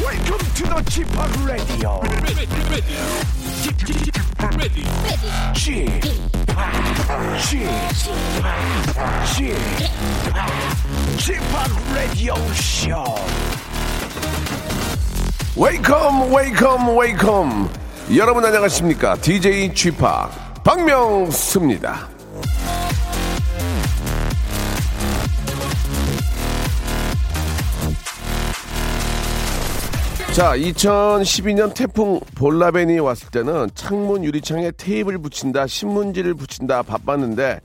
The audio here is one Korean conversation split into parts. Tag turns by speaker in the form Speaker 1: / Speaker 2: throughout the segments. Speaker 1: Welcome to the Chip Radio.
Speaker 2: ready, ready, ready, ready.
Speaker 1: Chip, Chip, Chip, Radio Show.
Speaker 3: 웨이컴 웨이컴 웨이컴 여러분 안녕하십니까 DJ 취파 박명수입니다 자 2012년 태풍 볼라벤이 왔을 때는 창문 유리창에 테이블 붙인다 신문지를 붙인다 바빴는데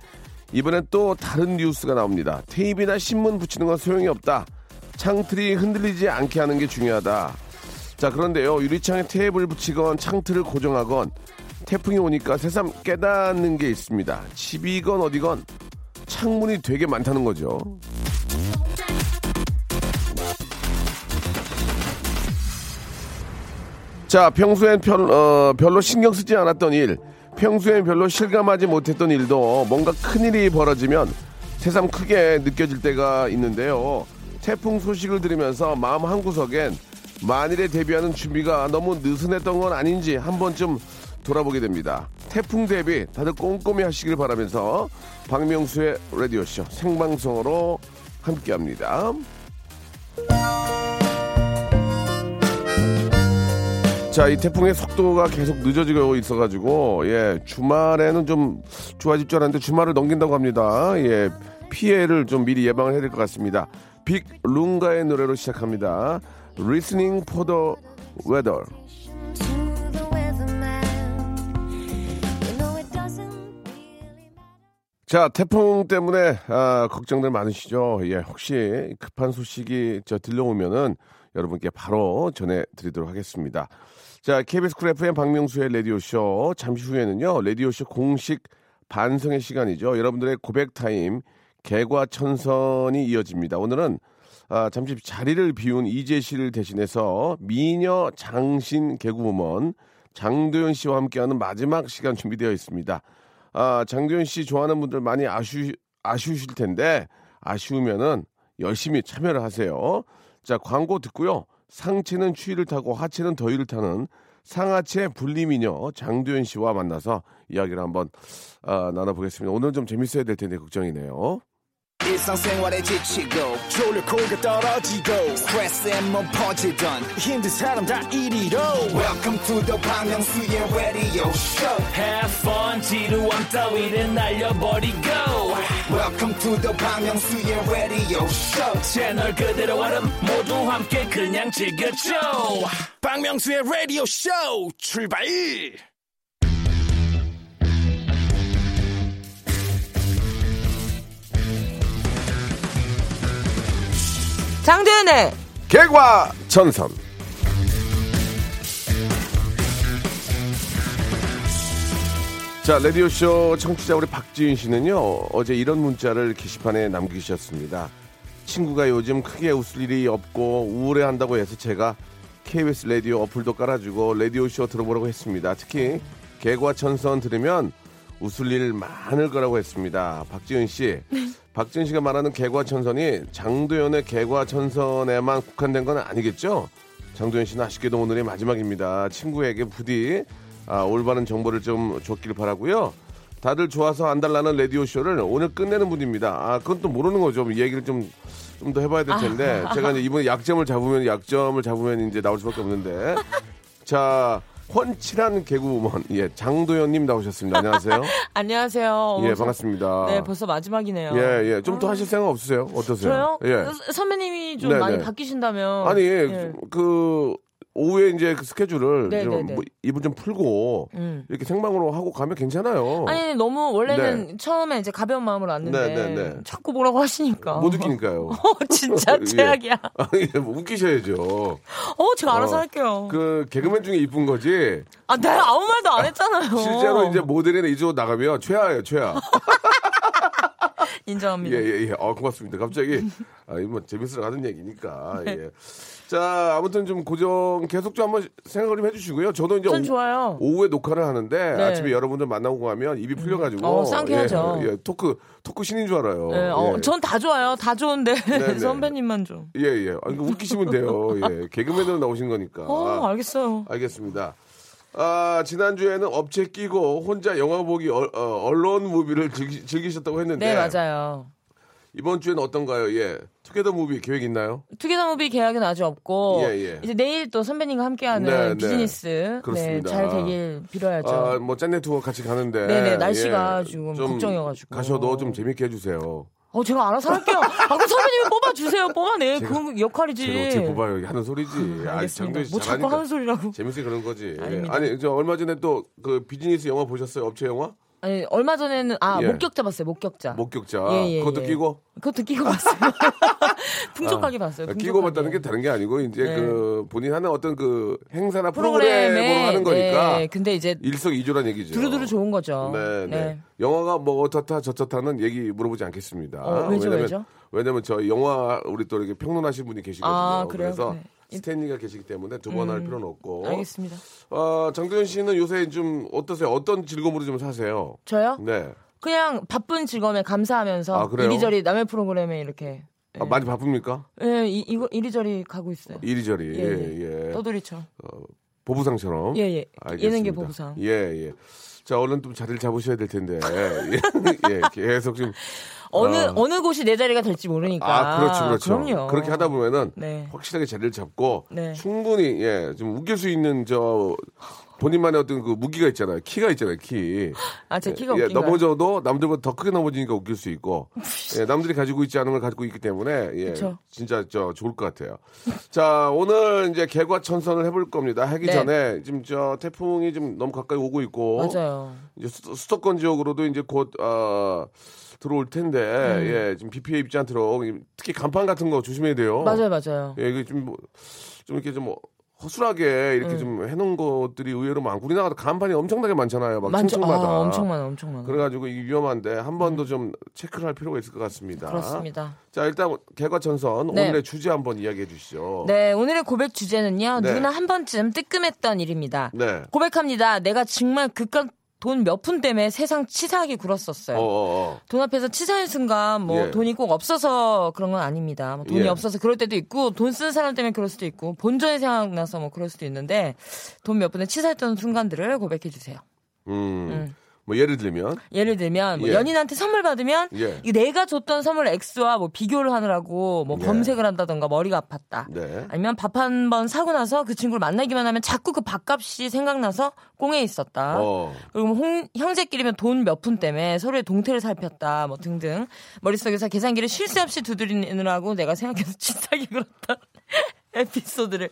Speaker 3: 이번엔 또 다른 뉴스가 나옵니다 테이프나 신문 붙이는 건 소용이 없다 창틀이 흔들리지 않게 하는 게 중요하다 자 그런데요 유리창에 테이프를 붙이건 창틀을 고정하건 태풍이 오니까 새삼 깨닫는 게 있습니다 집이건 어디건 창문이 되게 많다는 거죠 자 평소엔 별, 어, 별로 신경 쓰지 않았던 일 평소엔 별로 실감하지 못했던 일도 뭔가 큰일이 벌어지면 새삼 크게 느껴질 때가 있는데요 태풍 소식을 들으면서 마음 한구석엔 만일에 대비하는 준비가 너무 느슨했던 건 아닌지 한 번쯤 돌아보게 됩니다. 태풍 대비 다들 꼼꼼히 하시길 바라면서 박명수의 라디오쇼 생방송으로 함께합니다. 자, 이 태풍의 속도가 계속 늦어지고 있어가지고, 예, 주말에는 좀 좋아질 줄 알았는데, 주말을 넘긴다고 합니다. 예, 피해를 좀 미리 예방을 해야 될 것 같습니다. 빅 룽가의 노래로 시작합니다. Listening for the weather.
Speaker 4: to the weatherman. You know it doesn't really matter.
Speaker 3: 자, 태풍 때문에, 아, 걱정들 많으시죠? 예, 혹시 급한 소식이 저 들려오면은 여러분께 바로 전해드리도록 하겠습니다. 자, KBS 쿨 FM 박명수의 라디오쇼. 잠시 후에는요, 라디오쇼 공식 반성의 시간이죠. 여러분들의 고백타임, 개과천선이 이어집니다. 오늘은, 아, 잠시 자리를 비운 이재 씨를 대신해서 미녀 장신 개그우먼 장도연 씨와 함께하는 마지막 시간 준비되어 있습니다. 아, 장도연 씨 좋아하는 분들 많이 아쉬, 아쉬우실 텐데, 아쉬우면은 열심히 참여를 하세요. 자, 광고 듣고요. 상체는 추위를 타고 하체는 더위를 타는 상하체 분리미녀 장도연 씨와 만나서 이야기를 한번 아, 나눠보겠습니다. 오늘 좀 재밌어야 될 텐데 걱정이네요.
Speaker 5: 일상생활에 지치고, 졸려 코가 떨어지고, 스트레스에 몸 퍼지던, 힘든 사람 다 이리로. welcome to the Bang Myung-soo's radio show
Speaker 6: Have fun 지루함 따위를 날려버리고
Speaker 5: welcome to the Bang Myung-soo's radio show
Speaker 6: 채널 그대로 얼음 모두 함께 그냥 즐겨줘
Speaker 2: 박명수의 라디오 쇼 출발!
Speaker 7: 장도연의
Speaker 3: 개과 전선. 자, 라디오쇼 청취자 우리 박지윤 씨는요, 어제 이런 문자를 게시판에 남기셨습니다. 친구가 요즘 크게 웃을 일이 없고 우울해 한다고 해서 제가 KBS 라디오 어플도 깔아주고 라디오쇼 들어보라고 했습니다. 특히 개과천선 들으면 웃을 일 많을 거라고 했습니다. 박지윤 씨. 박지윤 씨가 말하는 개과천선이 장도연의 개과천선에만 국한된 건 아니겠죠? 장도연 씨는 아쉽게도 오늘이 마지막입니다. 친구에게 부디 아, 올바른 정보를 좀 줬길 바라고요. 다들 좋아서 안달나는 라디오 쇼를 오늘 끝내는 분입니다. 아, 그건 또 모르는 거죠. 얘기를 좀 좀 더 해봐야 될 텐데
Speaker 7: 아.
Speaker 3: 제가 이제 이번에 약점을 잡으면 약점을 잡으면 이제 나올 수밖에 없는데 자 훤칠한 개그우먼 예 장도연님 나오셨습니다. 안녕하세요.
Speaker 7: 안녕하세요.
Speaker 3: 예
Speaker 7: 어, 저-
Speaker 3: 반갑습니다.
Speaker 7: 네, 벌써 마지막이네요.
Speaker 3: 예, 예. 좀 더 하실 생각 없으세요? 어떠세요?
Speaker 7: 저요?
Speaker 3: 예.
Speaker 7: 서- 선배님이 좀
Speaker 3: 네,
Speaker 7: 많이
Speaker 3: 네.
Speaker 7: 바뀌신다면
Speaker 3: 아니,
Speaker 7: 예.
Speaker 3: 그 오후에 이제 그 스케줄을
Speaker 7: 네,
Speaker 3: 좀
Speaker 7: 네, 네.
Speaker 3: 뭐 입을 좀 풀고
Speaker 7: 음.
Speaker 3: 이렇게 생방으로 하고 가면 괜찮아요.
Speaker 7: 아니 너무 원래는 처음에 이제 가벼운 마음으로 왔는데
Speaker 3: 어. 네, 네, 네.
Speaker 7: 자꾸 뭐라고 하시니까
Speaker 3: 못 웃기니까요.
Speaker 7: 어, 진짜
Speaker 3: 예.
Speaker 7: 최악이야.
Speaker 3: 아니, 뭐 웃기셔야죠.
Speaker 7: 어 제가 알아서
Speaker 3: 어,
Speaker 7: 할게요.
Speaker 3: 그 개그맨 중에 이쁜 거지.
Speaker 7: 아 내가 아무 말도 안 했잖아요.
Speaker 3: 실제로 이제 모델이나 이쪽으로 나가면 최하예요, 최하.
Speaker 7: 인정합니다.
Speaker 3: 예예예. 아 고맙습니다. 갑자기 아 이뭐 재밌으러 가는 얘기니까.
Speaker 7: 네.
Speaker 3: 예. 자 아무튼 좀 고정 계속 좀 한번 생각을 좀 해주시고요. 저도 이제
Speaker 7: 전 좋아요.
Speaker 3: 오후에 녹화를 하는데 아침에 여러분들 만나고 가면 입이 풀려가지고
Speaker 7: 네. 어, 상쾌하죠.
Speaker 3: 예, 예, 토크 토크 신인 줄 알아요.
Speaker 7: 네, 어,
Speaker 3: 예.
Speaker 7: 전 다 좋아요. 다 좋은데
Speaker 3: 네.
Speaker 7: 선배님만 좀.
Speaker 3: 예, 예. 아, 이거 웃기시면 돼요. 예. 개그맨으로 나오신 거니까.
Speaker 7: 어, 알겠어요.
Speaker 3: 알겠습니다. 아, 지난주에는 업체 끼고 혼자 영화 보기 얼- 어, 언론 무비를 즐기, 즐기셨다고 했는데.
Speaker 7: 네, 맞아요.
Speaker 3: 이번 주에는 어떤가요? 예. 투게더 무비 계획 있나요?
Speaker 7: 투게더무비 계약은 아직 없고
Speaker 3: 예, 예.
Speaker 7: 이제 내일 또 선배님과 함께하는
Speaker 3: 네, 네.
Speaker 7: 비즈니스 네,
Speaker 3: 그렇습니다.
Speaker 7: 잘 되길 빌어야죠.
Speaker 3: 아, 뭐 짠내 투어 같이 가는데. 예.
Speaker 7: 네네, 날씨가 지금 걱정이어가지고.
Speaker 3: 가셔도 좀 재밌게 해주세요.
Speaker 7: 어, 제가 알아서 할게요. 아, 그럼 선배님이 뽑아주세요. 뽑아내.
Speaker 3: 제가-
Speaker 7: 그건
Speaker 3: 제가
Speaker 7: 역할이지.
Speaker 3: 어떻게 뽑아요? 하는 소리지. 아,
Speaker 7: 예. 알겠습니다.
Speaker 3: 장도연 씨
Speaker 7: 뭐 자꾸
Speaker 3: 잘하니까.
Speaker 7: 하는 소리라고.
Speaker 3: 재밌게 그런 거지. 예.
Speaker 7: 아닙니다.
Speaker 3: 아니, 저 얼마 전에 또 그 비즈니스 영화 보셨어요? 업체 영화?
Speaker 7: 아니, 얼마 전에는, 아,
Speaker 3: 예.
Speaker 7: 목격자 봤어요. 목격자.
Speaker 3: 목격자.
Speaker 7: 예, 예,
Speaker 3: 그것도
Speaker 7: 예.
Speaker 3: 끼고?
Speaker 7: 그것도 끼고 봤어요. 풍족하게
Speaker 3: 아,
Speaker 7: 봤어요. 풍족하게.
Speaker 3: 끼고 봤다는 게 다른 게 아니고 이제
Speaker 7: 네.
Speaker 3: 그 본인 하는 어떤 그 행사나
Speaker 7: 프로그램에,
Speaker 3: 프로그램으로 하는 거니까
Speaker 7: 네, 근데 이제
Speaker 3: 일석이조란 얘기죠.
Speaker 7: 두루두루 좋은 거죠.
Speaker 3: 네, 네.
Speaker 7: 네.
Speaker 3: 영화가 뭐 어떻다 저렇다는 얘기 물어보지 않겠습니다.
Speaker 7: 어, 왜죠,
Speaker 3: 왜냐면
Speaker 7: 왜죠?
Speaker 3: 왜냐면 저 영화 우리 또 이렇게 평론하신 분이 계시거든요.
Speaker 7: 아, 그래요?
Speaker 3: 그래서
Speaker 7: 네. 음,
Speaker 3: 스탠리가 계시기 때문에 두 번 할 필요는 없고.
Speaker 7: 알겠습니다.
Speaker 3: 어, 장도연 씨는 요새 좀 어떠세요? 어떤 즐거움으로 좀 사세요?
Speaker 7: 저요?
Speaker 3: 네.
Speaker 7: 그냥 바쁜 직업에 감사하면서
Speaker 3: 아, 그래요?
Speaker 7: 이리저리 남의 프로그램에 이렇게
Speaker 3: 아, 많이 바쁩니까?
Speaker 7: 예, 이, 이거 이리저리 가고 있어요.
Speaker 3: 이리저리.
Speaker 7: 예,
Speaker 3: 예, 예.
Speaker 7: 떠돌이처럼.
Speaker 3: 보부상처럼.
Speaker 7: 예, 예.
Speaker 3: 알겠습니다.
Speaker 7: 예능계 보부상.
Speaker 3: 예, 예. 자, 얼른 좀 자리를 잡으셔야 될 텐데. 예, 예, 계속 지금.
Speaker 7: 어느
Speaker 3: 어.
Speaker 7: 어느 곳이 내 자리가 될지 모르니까.
Speaker 3: 아, 그렇죠, 그렇죠.
Speaker 7: 럼요
Speaker 3: 그렇게 하다 보면은
Speaker 7: 네.
Speaker 3: 확실하게 자리를 잡고
Speaker 7: 네.
Speaker 3: 충분히 예, 좀 웃길 수 있는 저 본인만의 어떤 그 무기가 있잖아요. 키가 있잖아요, 키.
Speaker 7: 아, 제 키가
Speaker 3: 예,
Speaker 7: 웃긴가요?
Speaker 3: 넘어져도 남들보다 더 크게 넘어지니까 웃길 수 있고 예, 남들이 가지고 있지 않은 걸 가지고 있기 때문에 예,
Speaker 7: 그쵸.
Speaker 3: 진짜 저 좋을 것 같아요. 자 오늘 이제 개과천선을 해볼 겁니다. 하기
Speaker 7: 네.
Speaker 3: 전에 지금 저 태풍이 좀 너무 가까이 오고 있고
Speaker 7: 맞아요.
Speaker 3: 이제 수, 수도권 지역으로도 이제 곧 아, 들어올 텐데
Speaker 7: 음.
Speaker 3: 예, 지금 비 피해 입지 않도록 특히 간판 같은 거 조심해야 돼요.
Speaker 7: 맞아요, 맞아요.
Speaker 3: 예, 이게 좀, 뭐- 좀 이렇게 좀 허술하게 이렇게
Speaker 7: 음.
Speaker 3: 좀 해놓은 것들이 의외로 많고 우리나라도 간판이 엄청나게 많잖아요. 막
Speaker 7: 많죠.
Speaker 3: 층층마다.
Speaker 7: 아, 엄청 많아, 엄청 많아.
Speaker 3: 그래가지고 이게 위험한데 한 번 더 좀 체크를 할 필요가 있을 것 같습니다.
Speaker 7: 네. 그렇습니다.
Speaker 3: 자 일단 개과천선
Speaker 7: 네.
Speaker 3: 오늘의 주제 한번 이야기해 주시죠.
Speaker 7: 네, 오늘의 고백 주제는요.
Speaker 3: 어. 네.
Speaker 7: 누구나 한 번쯤 뜨끔했던 일입니다.
Speaker 3: 네.
Speaker 7: 고백합니다. 내가 정말 그깟 돈 몇 푼 때문에 세상 치사하게 굴었었어요.
Speaker 3: 어, 어, 어.
Speaker 7: 돈 앞에서 치사한 순간 뭐
Speaker 3: 예.
Speaker 7: 돈이 꼭 없어서 그런 건 아닙니다. 뭐 돈이
Speaker 3: 예.
Speaker 7: 없어서 그럴 때도 있고 돈 쓰는 사람 때문에 그럴 수도 있고 본전이 생각나서 뭐 그럴 수도 있는데 돈 몇 분에 치사했던 순간들을 고백해 주세요.
Speaker 3: 음. 뭐 예를 들면
Speaker 7: 예를 들면 뭐
Speaker 3: 예.
Speaker 7: 연인한테 선물 받으면
Speaker 3: 예.
Speaker 7: 이게 내가 줬던 선물 X와 뭐 비교를 하느라고 뭐
Speaker 3: 예.
Speaker 7: 범색을 한다던가 머리가 아팠다.
Speaker 3: 네.
Speaker 7: 아니면 밥 한 번 사고 나서 그 친구를 만나기만 하면 자꾸 그 밥값이 생각나서 꽁에 있었다.
Speaker 3: 어.
Speaker 7: 그리고 뭐 홍- 형제끼리면 돈 몇 푼 때문에 서로의 동태를 살폈다 뭐 등등 머릿속에서 계산기를 쉴 새 없이 두드리느라고 내가 생각해서 치사하게 굴었던 에피소드를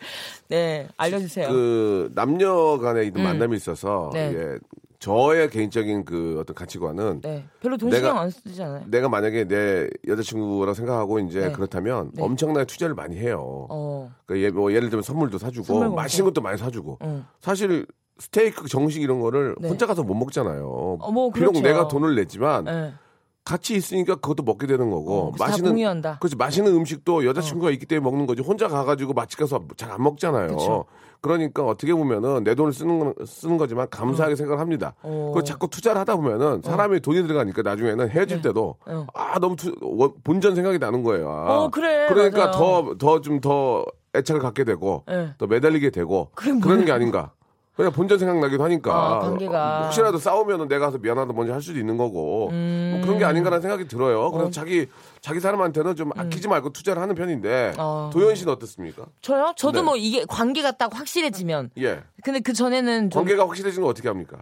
Speaker 7: 네 알려주세요. 음.
Speaker 3: 그 남녀 간의 이런 만남이 있어서
Speaker 7: 네.
Speaker 3: 예. 저의 개인적인 그 어떤 가치관은
Speaker 7: 네 별로 돈
Speaker 3: 내가-
Speaker 7: 신경 안 쓰지 않아요.
Speaker 3: 내가 만약에 내 여자친구라 생각하고 이제
Speaker 7: 네.
Speaker 3: 그렇다면
Speaker 7: 네.
Speaker 3: 엄청나게 투자를 많이 해요.
Speaker 7: 어
Speaker 3: 그러니까 예, 뭐 예를 들면 선물도 사주고
Speaker 7: 선물 먹고.
Speaker 3: 맛있는 것도 많이 사주고
Speaker 7: 응.
Speaker 3: 사실 스테이크 정식 이런 거를
Speaker 7: 네.
Speaker 3: 혼자 가서 못 먹잖아요.
Speaker 7: 뭐
Speaker 3: 비록
Speaker 7: 그렇죠.
Speaker 3: 내가 돈을 냈지만
Speaker 7: 네.
Speaker 3: 같이 있으니까 그것도 먹게 되는 거고
Speaker 7: 어, 그래서 다 공유한다. 네. 어.
Speaker 3: 그렇지 맛있는 음식도 여자친구가 있기 때문에 먹는 거지 혼자 가가지고 맛집 가서 잘 안 먹잖아요.
Speaker 7: 그쵸.
Speaker 3: 러니까 어떻게 보면은 내 돈을 쓰는 건- 쓰는 거지만 감사하게 생각을 합니다.
Speaker 7: 어.
Speaker 3: 그 자꾸 투자를 하다 보면은 사람이 돈이 들어가니까 나중에는 헤어질 때도
Speaker 7: 어.
Speaker 3: 아 너무 투- 원- 본전 생각이 나는 거예요. 아.
Speaker 7: 어, 그래,
Speaker 3: 그러니까 더 더
Speaker 7: 맞아요.
Speaker 3: 좀 더 애착을 갖게 되고
Speaker 7: 네.
Speaker 3: 더 매달리게 되고 그런 게 아닌가. 그냥 본전 생각나기도 하니까
Speaker 7: 아, 관계가.
Speaker 3: 혹시라도 싸우면은 내가 가서 미안하다 먼저 할 수도 있는 거고 뭐 그런 게 아닌가라는 생각이 들어요. 그래서 자기 자기 사람한테는 좀 아끼지 말고 투자를 하는 편인데
Speaker 7: 음. 어.
Speaker 3: 도현 씨는 어떻습니까?
Speaker 7: 저요? 저도
Speaker 3: 네.
Speaker 7: 뭐 이게 관계가 딱 확실해지면
Speaker 3: 예.
Speaker 7: 근데 그 전에는 좀
Speaker 3: 관계가 확실해진 건 어떻게 합니까?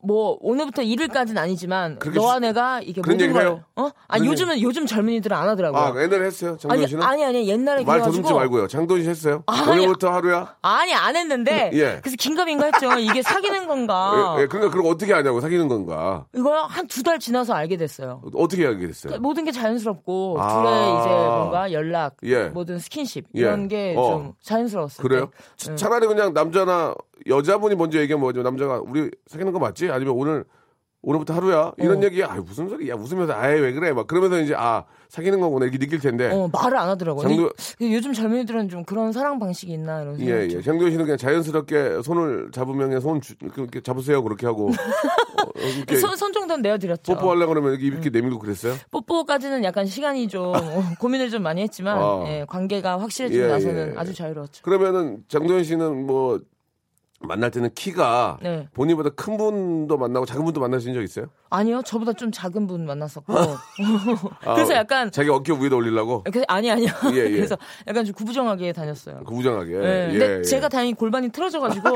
Speaker 7: 뭐 오늘부터 일일까지는 아니지만
Speaker 3: 그렇게
Speaker 7: 너와
Speaker 3: 주-
Speaker 7: 내가 이게
Speaker 3: 그런
Speaker 7: 모든
Speaker 3: 얘기를
Speaker 7: 걸
Speaker 3: 해요?
Speaker 7: 어? 아니
Speaker 3: 그런
Speaker 7: 요즘은 요즘 젊은이들은 안 하더라고요.
Speaker 3: 아, 옛날에 했어요. 장도현
Speaker 7: 아니
Speaker 3: 씨는?
Speaker 7: 아니 아니 옛날에
Speaker 3: 말
Speaker 7: 그래가지고
Speaker 3: 더듬지 말고요. 장도현 씨 했어요?
Speaker 7: 아니.
Speaker 3: 오늘부터 하루야?
Speaker 7: 아니 안 했는데
Speaker 3: 예.
Speaker 7: 그래서 긴가민가 했죠. 이게 사귀는 건가?
Speaker 3: 예, 예, 그러니까 그럼 어떻게 하냐고 사귀는 건가?
Speaker 7: 이걸 한 두 달 지나서 알게 됐어요.
Speaker 3: 어떻게 하게 됐어요?
Speaker 7: 모든 게 자연스럽고
Speaker 3: 아.
Speaker 7: 둘의 이제 뭔가 연락,
Speaker 3: 예.
Speaker 7: 모든 스킨십
Speaker 3: 예.
Speaker 7: 이런 게 좀
Speaker 3: 어.
Speaker 7: 자연스러웠어요.
Speaker 3: 그래요? 차- 차라리 그냥 남자나 여자분이 먼저 얘기하면 뭐죠? 남자가 우리 사귀는 거 맞지? 아니면 오늘 오늘부터 하루야
Speaker 7: 어.
Speaker 3: 이런 얘기 아 무슨 소리야 웃으면서 아예 왜 그래 막 그러면서 이제 아 사귀는 거구나 이렇게 느낄 텐데
Speaker 7: 어, 말을 안 하더라고요. 근데
Speaker 3: 장도-
Speaker 7: 이- 요즘 젊은이들은 좀 그런 사랑 방식이 있나 이런 생각.
Speaker 3: 예예 장도현 씨는 그냥 자연스럽게 손을 잡으면 그냥 손 주, 이렇게 잡으세요 그렇게 하고 어, 이렇게
Speaker 7: 손, 음. 손 정도는 내어드렸죠.
Speaker 3: 뽀뽀하려고 그러면 이렇게 이렇게 내밀고 그랬어요
Speaker 7: 까지는 약간 시간이 좀 어, 고민을 좀 많이 했지만
Speaker 3: 아.
Speaker 7: 예, 관계가 확실해지고
Speaker 3: 예,
Speaker 7: 나서는
Speaker 3: 예.
Speaker 7: 아주 자유로웠죠.
Speaker 3: 그러면은 장도현 씨는 뭐 만날 때는 키가
Speaker 7: 네.
Speaker 3: 본인보다 큰 분도 만나고 작은 분도 만나신 적 있어요?
Speaker 7: 아니요, 저보다 좀 작은 분 만났었고 그래서
Speaker 3: 아,
Speaker 7: 약간
Speaker 3: 자기 어깨 위에다 올리려고
Speaker 7: 그- 아니 아니요.
Speaker 3: 예, 예.
Speaker 7: 그래서 약간 좀 구부정하게 다녔어요.
Speaker 3: 구부정하게.
Speaker 7: 예.
Speaker 3: 예,
Speaker 7: 근데
Speaker 3: 예.
Speaker 7: 제가 다행히 골반이 틀어져가지고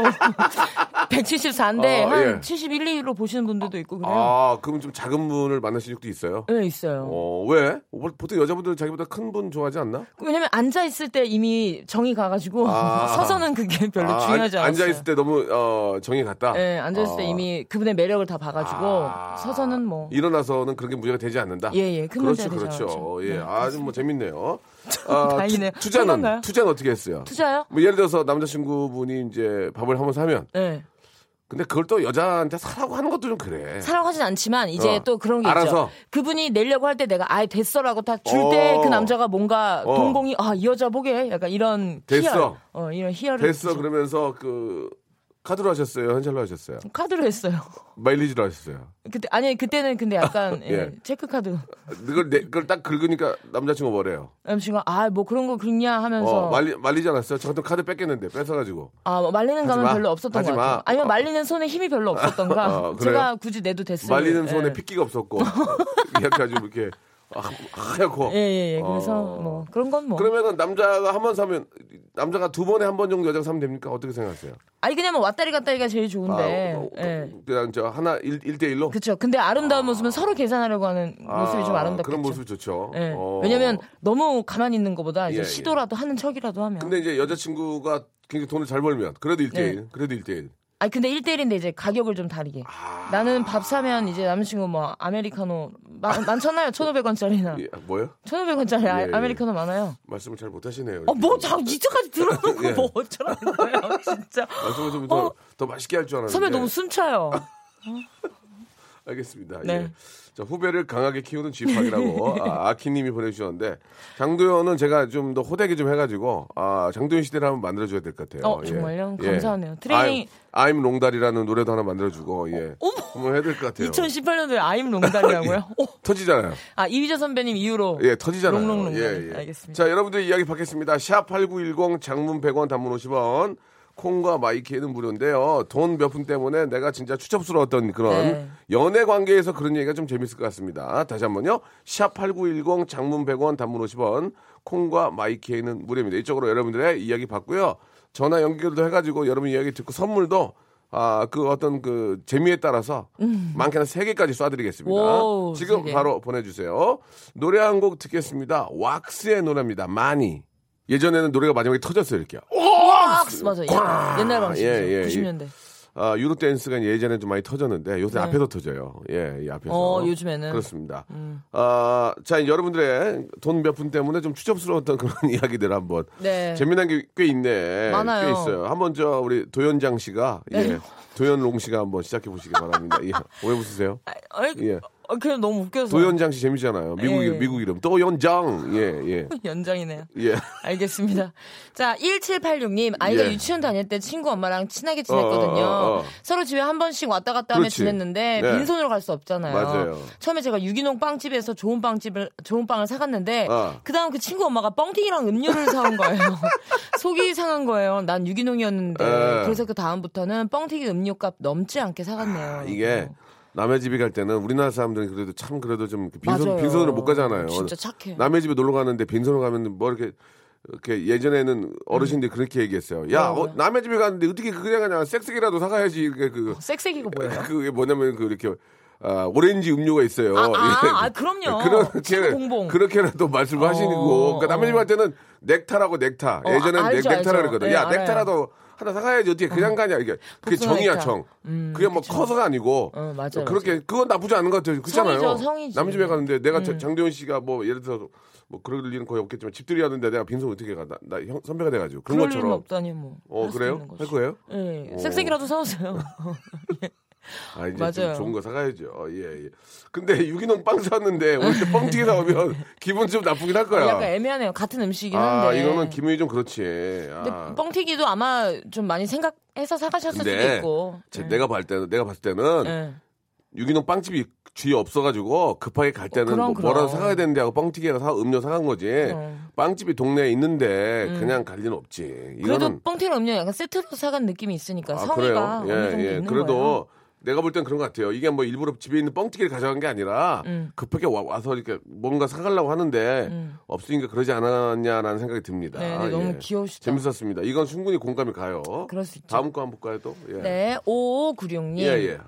Speaker 7: 174인데
Speaker 3: 아,
Speaker 7: 한
Speaker 3: 예.
Speaker 7: 71, 2로 보시는 분들도 있고 그래요.
Speaker 3: 아 그럼 좀 작은 분을 만나신 적도 있어요?
Speaker 7: 네 있어요.
Speaker 3: 어 왜? 뭐, 보통 여자분들은 자기보다 큰 분 좋아하지 않나?
Speaker 7: 왜냐면 앉아 있을 때 이미 정이 가가지고
Speaker 3: 아.
Speaker 7: 서서는 그게 별로
Speaker 3: 아,
Speaker 7: 중요하지 않았어요.
Speaker 3: 앉아 있을 때 너무 어, 정이 갔다.
Speaker 7: 예, 앉아 있을 때
Speaker 3: 아.
Speaker 7: 이미 그분의 매력을 다 봐가지고
Speaker 3: 아.
Speaker 7: 서서는 뭐
Speaker 3: 일어나서는 그렇게 문제가 되지 않는다.
Speaker 7: 예, 예. 큰
Speaker 3: 그렇죠,
Speaker 7: 문제가 되지
Speaker 3: 그렇죠.
Speaker 7: 않죠.
Speaker 3: 예,
Speaker 7: 네,
Speaker 3: 아주 뭐 재밌네요. 아,
Speaker 7: 다행이네요.
Speaker 3: 투, 투자는
Speaker 7: 한건가요?
Speaker 3: 투자는 어떻게 했어요?
Speaker 7: 투자요?
Speaker 3: 뭐 예를 들어서 남자친구분이 이제 밥을 한번 사면
Speaker 7: 예.
Speaker 3: 근데 그걸 또 여자한테 사라고 하는 것도 좀 그래.
Speaker 7: 네. 사랑하진 않지만 이제
Speaker 3: 어.
Speaker 7: 또 그런 게
Speaker 3: 알아서.
Speaker 7: 있죠. 그분이 내려고 할 때 내가 아예 됐어라고 딱 줄 때
Speaker 3: 어.
Speaker 7: 그 남자가 뭔가
Speaker 3: 어.
Speaker 7: 동공이 아 이 여자 보게 약간 이런
Speaker 3: 됐어.
Speaker 7: 희열, 어 이런 희열을
Speaker 3: 됐어
Speaker 7: 주죠.
Speaker 3: 그러면서 그 카드로 하셨어요, 현찰로 하셨어요,
Speaker 7: 카드로 했어요.
Speaker 3: 마일리지로 하셨어요.
Speaker 7: 그때 아니 그때는 근데 약간
Speaker 3: 예.
Speaker 7: 예, 체크카드
Speaker 3: 그걸 내, 그걸 딱 긁으니까 남자친구 뭐래요?
Speaker 7: 남친과 아뭐 그런 거 긁냐 하면서
Speaker 3: 어, 말리 말리지 않았어요? 저 같은 카드 뺏겼는데 뺏어가지고.
Speaker 7: 아, 뭐 말리는 감은
Speaker 3: 마.
Speaker 7: 별로 없었던
Speaker 3: 하지
Speaker 7: 것
Speaker 3: 마.
Speaker 7: 같아요. 아니면 말리는 손에 힘이 별로 없었던가.
Speaker 3: 어, 그래요?
Speaker 7: 제가 굳이 내도 됐어요.
Speaker 3: 말리는 손에
Speaker 7: 예.
Speaker 3: 핏기가 없었고 이렇게 아주 이렇게 하- 하얗고.
Speaker 7: 예, 예, 예. 그래서
Speaker 3: 어.
Speaker 7: 뭐 그런 건 뭐.
Speaker 3: 그러면은 남자가 한 번 사면 남자가 두 번에 한 번 정도 여자가 사면 됩니까? 어떻게 생각하세요?
Speaker 7: 아니 그냥 뭐 왔다리 갔다리가 제일 좋은데.
Speaker 3: 아,
Speaker 7: 예.
Speaker 3: 그냥 저 하나 일일대일로
Speaker 7: 그렇죠. 근데 아름다운 모습은 서로 계산하려고 하는 모습이 좀 아름답겠죠.
Speaker 3: 그런 모습이 좋죠.
Speaker 7: 예.
Speaker 3: 어.
Speaker 7: 왜냐면 너무 가만히 있는 것보다 이제
Speaker 3: 예, 예.
Speaker 7: 시도라도 하는 척이라도 하면.
Speaker 3: 근데 이제 여자친구가 굉장히 돈을 잘 벌면 그래도 일대일
Speaker 7: 네.
Speaker 3: 그래도 일대일
Speaker 7: 아니 근데 1대1인데 이제 가격을 좀 다르게.
Speaker 3: 아.
Speaker 7: 나는 밥 사면 이제 남친구 뭐 아메리카노 많, 많잖아요. 1,500원짜리나.
Speaker 3: 예, 뭐요?
Speaker 7: 1,500원짜리
Speaker 3: 예, 예.
Speaker 7: 아, 메리카노 많아요.
Speaker 3: 말씀을 잘 못하시네요.
Speaker 7: 어, 뭐, 자, 이제까지 들어놓고 뭐 어쩌라는 거야, 진짜.
Speaker 3: 말씀을 아, 좀더
Speaker 7: 어.
Speaker 3: 더 맛있게 할 줄 알았는데.
Speaker 7: 선배 너무 숨차요.
Speaker 3: 알겠습니다.
Speaker 7: 네.
Speaker 3: 예. 자, 후배를 강하게 키우는 집합이라고 아, 아키님이 보내주셨는데 장도연은 제가 좀 더 호되게 좀 해가지고 아, 장도연 시대를 한번 만들어줘야 될 것 같아요. 예.
Speaker 7: 어, 정말요? 감사하네요. 트레이닝-
Speaker 3: I'm, I'm 롱다리라는 노래도 하나 만들어주고 예. 한번 해야 될 것 같아요.
Speaker 7: 2018년도에 아임 롱달이라고요? 오,
Speaker 3: 터지잖아요.
Speaker 7: 아, 이휘재 선배님 이후로.
Speaker 3: 예, 터지잖아요.
Speaker 7: 롱롱롱.
Speaker 3: 예, 예.
Speaker 7: 알겠습니다.
Speaker 3: 자, 여러분들 이야기 받겠습니다. 샵8910 장문 100원 단문 50원. 콩과 마이키에는 무료인데요. 돈 몇 푼 때문에 내가 진짜 추첩스러웠던 그런
Speaker 7: 네.
Speaker 3: 연애 관계에서 그런 얘기가 좀 재밌을 것 같습니다. 다시 한번요. 샵8910 장문 100원 단문 50원. 콩과 마이키에는 무료입니다. 이쪽으로 여러분들의 이야기 받고요. 전화 연결도 해가지고 여러분 이야기 듣고 선물도 아, 그 어떤 그 재미에 따라서
Speaker 7: 음.
Speaker 3: 많게는 3개까지 쏴드리겠습니다.
Speaker 7: 오우,
Speaker 3: 지금
Speaker 7: 세 개.
Speaker 3: 바로 바로 보내주세요. 노래 한 곡 듣겠습니다. 왁스의 노래입니다. 많이. 예전에는 노래가 마지막에 터졌어요, 이렇게.
Speaker 7: 박스 맞아요. 옛- 옛날 방식.
Speaker 3: 예, 예, 예.
Speaker 7: 90년대.
Speaker 3: 아, 유로 댄스가 예전에 좀 많이 터졌는데 요새 앞에서 터져요. 예, 이 앞에서.
Speaker 7: 네. 어, 요즘에는. 음.
Speaker 3: 그렇습니다. 아, 자, 여러분들의 돈 몇 푼 때문에 좀 추접스러웠던 그런 이야기들 한번.
Speaker 7: 네.
Speaker 3: 재미난 게 꽤 있네.
Speaker 7: 많아요. 네.
Speaker 3: 꽤 있어요. 한번 저 우리 도현장 씨가 예. 도현롱 씨가 한번 시작해 보시기 바랍니다. 예. 왜 웃으세요?
Speaker 7: 아이,
Speaker 3: 예.
Speaker 7: 아, 그냥 너무 웃겨서.
Speaker 3: 도현장 씨 재미잖아요. 미국
Speaker 7: 예,
Speaker 3: 이름,
Speaker 7: 예.
Speaker 3: 미국 이름. 도현장. 예,
Speaker 7: 연장이네요.
Speaker 3: 예. 예.
Speaker 7: 알겠습니다. 자, 1786님, 아이가
Speaker 3: 예.
Speaker 7: 유치원 다닐 때 친구 엄마랑 친하게 지냈거든요.
Speaker 3: 어, 어, 어, 어.
Speaker 7: 서로 집에 한 번씩 왔다 갔다 하며
Speaker 3: 그렇지.
Speaker 7: 지냈는데,
Speaker 3: 네.
Speaker 7: 빈손으로 갈 수 없잖아요.
Speaker 3: 맞아요.
Speaker 7: 처음에 제가 유기농 빵집에서 좋은 빵집을, 좋은 빵을 사갔는데,
Speaker 3: 어.
Speaker 7: 그 다음 그 친구 엄마가 뻥튀기랑 음료를 사온 거예요. 속이 상한 거예요. 난 유기농이었는데.
Speaker 3: 예.
Speaker 7: 그래서 그 다음부터는 뻥튀기 음료값 넘지 않게 아, 사갔네요.
Speaker 3: 아, 이게 남의 집에 갈 때는 우리나라 사람들은 그래도 참 그래도 좀 이렇게 빈손
Speaker 7: 맞아요.
Speaker 3: 빈손으로 못 가잖아요.
Speaker 7: 진짜 착해.
Speaker 3: 남의 집에 놀러 가는데 빈손으로 가면 뭐 이렇게 이렇게 예전에는 어르신들이
Speaker 7: 음.
Speaker 3: 그렇게 얘기했어요. 야, 어,
Speaker 7: 뭐라고요?
Speaker 3: 남의 집에 갔는데 어떻게 그냥 그냥 섹스기라도 사가야지. 이렇게 그
Speaker 7: 색색이가 뭐예요?
Speaker 3: 그게 뭐냐면 그 이렇게 아, 오렌지 음료가 있어요.
Speaker 7: 아, 아,
Speaker 3: 예.
Speaker 7: 아, 그럼요. 친구 공봉.
Speaker 3: 그렇게라도 말씀을
Speaker 7: 어,
Speaker 3: 하시고. 그러니까 남의
Speaker 7: 어.
Speaker 3: 집에 갈 때는 넥타라고 넥타.
Speaker 7: 어,
Speaker 3: 예전에는
Speaker 7: 아, 알죠,
Speaker 3: 넥, 넥타라
Speaker 7: 알죠.
Speaker 3: 그랬거든.
Speaker 7: 네,
Speaker 3: 야,
Speaker 7: 알아요.
Speaker 3: 넥타라도 하나 사가야지 어떻게 그냥 가냐. 이게 그게
Speaker 7: 복숭아
Speaker 3: 정이야,
Speaker 7: 넥타.
Speaker 3: 정.
Speaker 7: 음,
Speaker 3: 그게 뭐
Speaker 7: 그쵸.
Speaker 3: 커서가 아니고.
Speaker 7: 어, 맞아요,
Speaker 3: 그렇게 그건 나쁘지 않은 것 같아요. 그렇잖아요.
Speaker 7: 성이죠, 성이지. 음.
Speaker 3: 남의 집에 가는데 내가 자- 장도연 씨가 뭐 예를 들어서 뭐 그럴 일은 거의 없겠지만 집들이 하는데 내가 빈손 어떻게 가? 나, 나 형, 선배가 돼가지고 그런
Speaker 7: 그럴 일은
Speaker 3: 것처럼.
Speaker 7: 없다니 뭐.
Speaker 3: 어
Speaker 7: 할수
Speaker 3: 그래요?
Speaker 7: 있는 거지.
Speaker 3: 할 거예요?
Speaker 7: 예,
Speaker 3: 오.
Speaker 7: 색색이라도 사오세요. 예.
Speaker 3: 아, 이제 좀
Speaker 7: 맞아요.
Speaker 3: 좋은 거 사가야죠. 예, 예. 근데 유기농 빵 사왔는데 오늘 또 뻥튀기 나오면 기분 좀 나쁘긴 할 거야.
Speaker 7: 약간 애매하네요. 같은 음식이긴 한데.
Speaker 3: 아, 이거는 기분이 좀 그렇지.
Speaker 7: 근데
Speaker 3: 아.
Speaker 7: 뻥튀기도 아마 좀 많이 생각해서 사가셨을 수도 있고.
Speaker 3: 제-
Speaker 7: 예.
Speaker 3: 내가 봤을 때는 내가 봤을 때는
Speaker 7: 예.
Speaker 3: 유기농 빵집이 주위에 없어가지고 급하게 갈 때는
Speaker 7: 그럼,
Speaker 3: 뭐 뭐라도
Speaker 7: 그럼.
Speaker 3: 사가야 되는데 하고 뻥튀기나 사 음료 사간 거지. 빵집이 동네에 있는데 그냥 갈 일은 없지.
Speaker 7: 음. 그래도
Speaker 3: 이거는
Speaker 7: 뻥튀기 음료 약간 세트로 사간 느낌이 있으니까
Speaker 3: 아
Speaker 7: 성의가
Speaker 3: 그래요.
Speaker 7: 어느 정도 있는
Speaker 3: 그래도
Speaker 7: 거예요.
Speaker 3: 내가 볼 땐 그런 것 같아요. 이게 뭐 일부러 집에 있는 뻥튀기를 가져간 게 아니라
Speaker 7: 음.
Speaker 3: 급하게 와, 서 이렇게 뭔가 사가려고 하는데 없으니까 그러지 않았냐라는 생각이 듭니다. 예.
Speaker 7: 네, 네, 너무 귀여우시다.
Speaker 3: 재밌었습니다. 이건 충분히 공감이 가요.
Speaker 7: 그럴 수 있죠.
Speaker 3: 다음 거 한번 볼까요 또? 예.
Speaker 7: 네, 5596님.
Speaker 3: 예, 예.